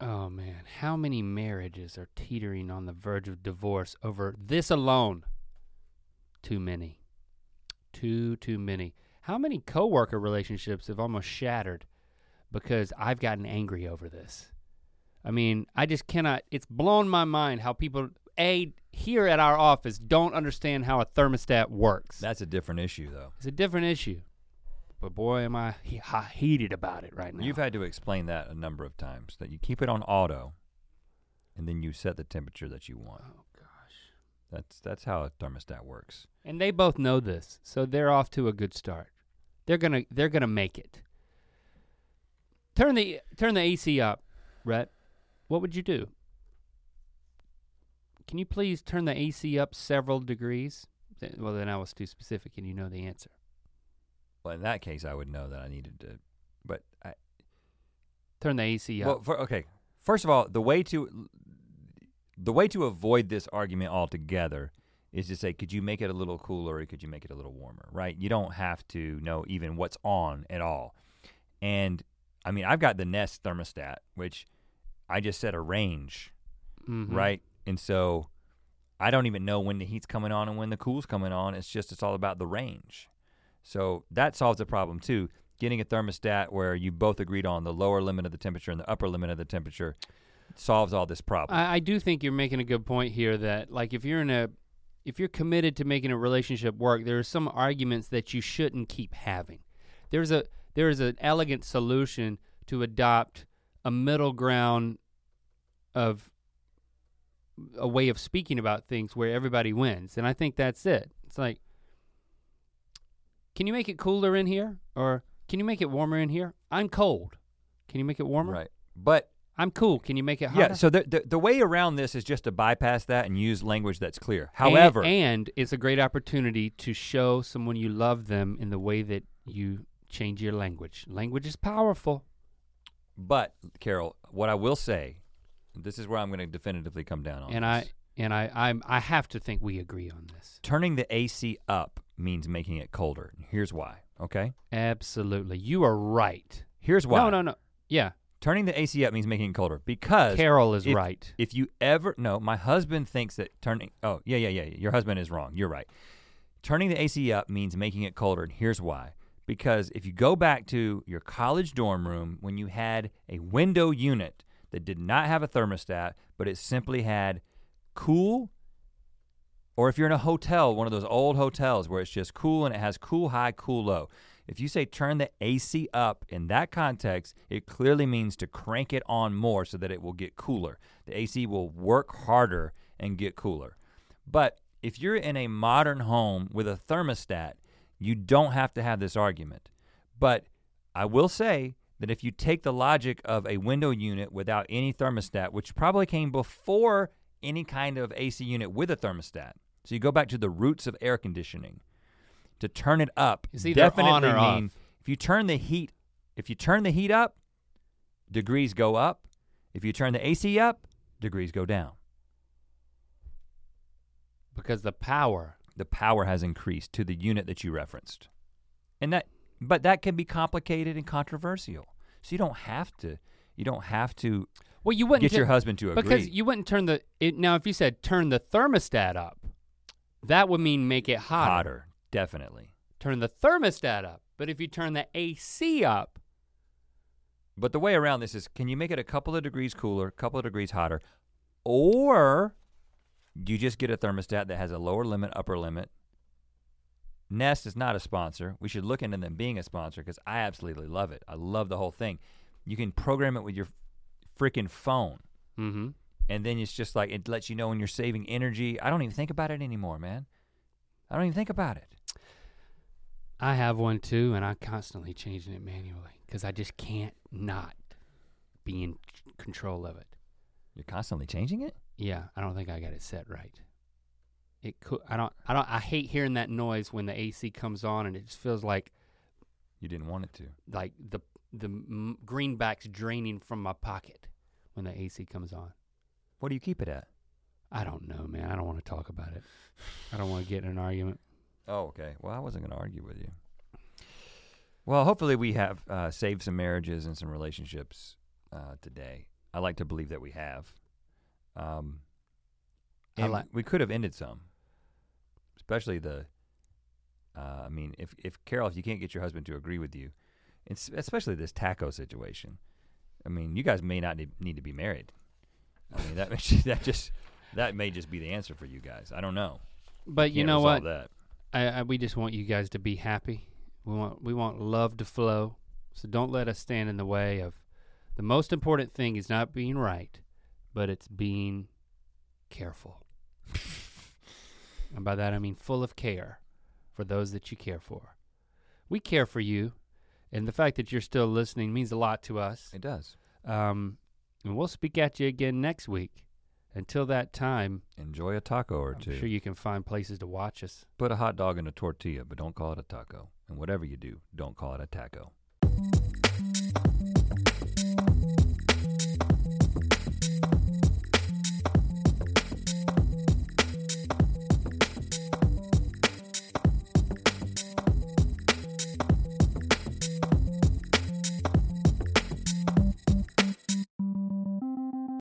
S5: Oh man, how many marriages are teetering on the verge of divorce over this alone? Too many. Too too many. How many coworker relationships have almost shattered because I've gotten angry over this? I mean, I just cannot it's blown my mind how people a here at our office don't understand how a thermostat works.
S4: That's a different issue, though.
S5: it's a different issue. But boy am I he- hot- heated about it right now.
S4: You've had to explain that a number of times that you keep it on auto, and then you set the temperature that you want.
S5: Oh gosh.
S4: That's that's how a thermostat works.
S5: And they both know this, so they're off to a good start. They're gonna they're gonna make it. Turn the turn the AC up, Rhett. What would you do? Can you please turn the AC up several degrees? Th- Well, then I was too specific, and you know the answer.
S4: Well, in that case, I would know that I needed to, but I,
S5: Turn the AC up.
S4: well, for, okay. First of all, the way to the way to avoid this argument altogether is to say, could you make it a little cooler or could you make it a little warmer? Right? You don't have to know even what's on at all. And I mean, I've got the Nest thermostat, which I just set a range.
S5: Mhm.
S4: right? And so I don't even know when the heat's coming on and when the cool's coming on. It's just it's all about the range. So that solves the problem too. Getting a thermostat where you both agreed on the lower limit of the temperature and the upper limit of the temperature solves all this problem.
S5: I, I do think you're making a good point here that like if you're in a if you're committed to making a relationship work, there are some arguments that you shouldn't keep having. There's a there is an elegant solution to adopt a middle ground of a way of speaking about things where everybody wins. And I think that's it. It's like can you make it cooler in here? Or can you make it warmer in here? I'm cold. Can you make it warmer?
S4: right. But
S5: I'm cool. Can you make it hotter?
S4: yeah, so the, the the way around this is just to bypass that and use language that's clear.
S5: And-
S4: However,
S5: and, it's a great opportunity to show someone you love them in the way that you change your language. Language is powerful.
S4: but Carol, what I will say, this is where I'm going to definitively come down on.
S5: and
S4: this.
S5: I and I I'm, I have to think we agree on this.
S4: turning the AC up means making it colder. Here's why. Okay.
S5: Absolutely. You are right.
S4: Here's why.
S5: No, no, no. Yeah.
S4: Turning the AC up means making it colder because
S5: Carol is
S4: if-
S5: right.
S4: If you ever no, my husband thinks that turning oh yeah yeah yeah your husband is wrong. You're right. Turning the AC up means making it colder, and here's why. Because if you go back to your college dorm room when you had a window unit that did not have a thermostat, but it simply had cool Or if you're in a hotel, one of those old hotels where it's just cool and it has cool high, cool low. If you say turn the AC up in that context, it clearly means to crank it on more so that it will get cooler. The AC will work harder and get cooler. But if you're in a modern home with a thermostat, you don't have to have this argument. But I will say that if you take the logic of a window unit without any thermostat, which probably came before any kind of AC unit with a thermostat, so you go back to the roots of air conditioning. To turn it up
S5: It's either
S4: definitely
S5: on or off.
S4: mean if you turn the heat, if you turn the heat up, degrees go up. If you turn the AC up, degrees go down.
S5: because the power.
S4: the power has increased to the unit that you referenced. And that but that can be complicated and controversial. So you don't have to you don't have to
S5: Well, you wouldn't
S4: get
S5: ta-
S4: your husband to agree.
S5: because you wouldn't turn the it, now if you said turn the thermostat up, that would mean make it hotter.
S4: hotter, definitely.
S5: Turn the thermostat up, but if you turn the AC up,
S4: But the way around this is can you make it a couple of degrees cooler, a couple of degrees hotter, or you just get a thermostat that has a lower limit, upper limit. Nest is not a sponsor. We should look into them being a sponsor because I absolutely love it. I love the whole thing. You can program it with your freaking phone.
S5: mm-hmm.
S4: and then it's just like it lets you know when you're saving energy. I don't even think about it anymore, man. I don't even think about it.
S5: I have one too, and I'm constantly changing it manually because I just can't not be in c- control of it.
S4: You're constantly changing it.
S5: Yeah, I don't think I got it set right. It could. I don't. I don't. I hate hearing that noise when the AC comes on, and it just feels like
S4: You didn't want it to.
S5: like the the m- greenbacks draining from my pocket when the AC comes on.
S4: What do you keep it at?
S5: I don't know, man. I don't want to talk about it. I don't want to get in an argument.
S4: Oh, okay. Well, I wasn't going to argue with you. Well, hopefully we have uh, saved some marriages and some relationships uh, today. I like to believe that we have. Um,
S5: I
S4: and
S5: like-
S4: we could have ended some, especially the. Uh, I mean, if if Carol, if you can't get your husband to agree with you, and s- especially this taco situation, I mean, you guys may not need, need to be married. I mean, that that just that may just be the answer for you guys. I don't know.
S5: But you
S4: Can't
S5: know
S4: resolve
S5: what?
S4: That.
S5: I, I, we just want you guys to be happy. We want we want love to flow. So don't let us stand in the way of the most important thing is not being right, but it's being careful. and by that I mean full of care for those that you care for. We care for you, and the fact that you're still listening means a lot to us.
S4: It does.
S5: Um, and we'll speak at you again next week. Until that time,
S4: Enjoy a taco or
S5: I'm
S4: 2
S5: sure you can find places to watch us.
S4: Put a hot dog in a tortilla, but don't call it a taco. And whatever you do, don't call it a taco.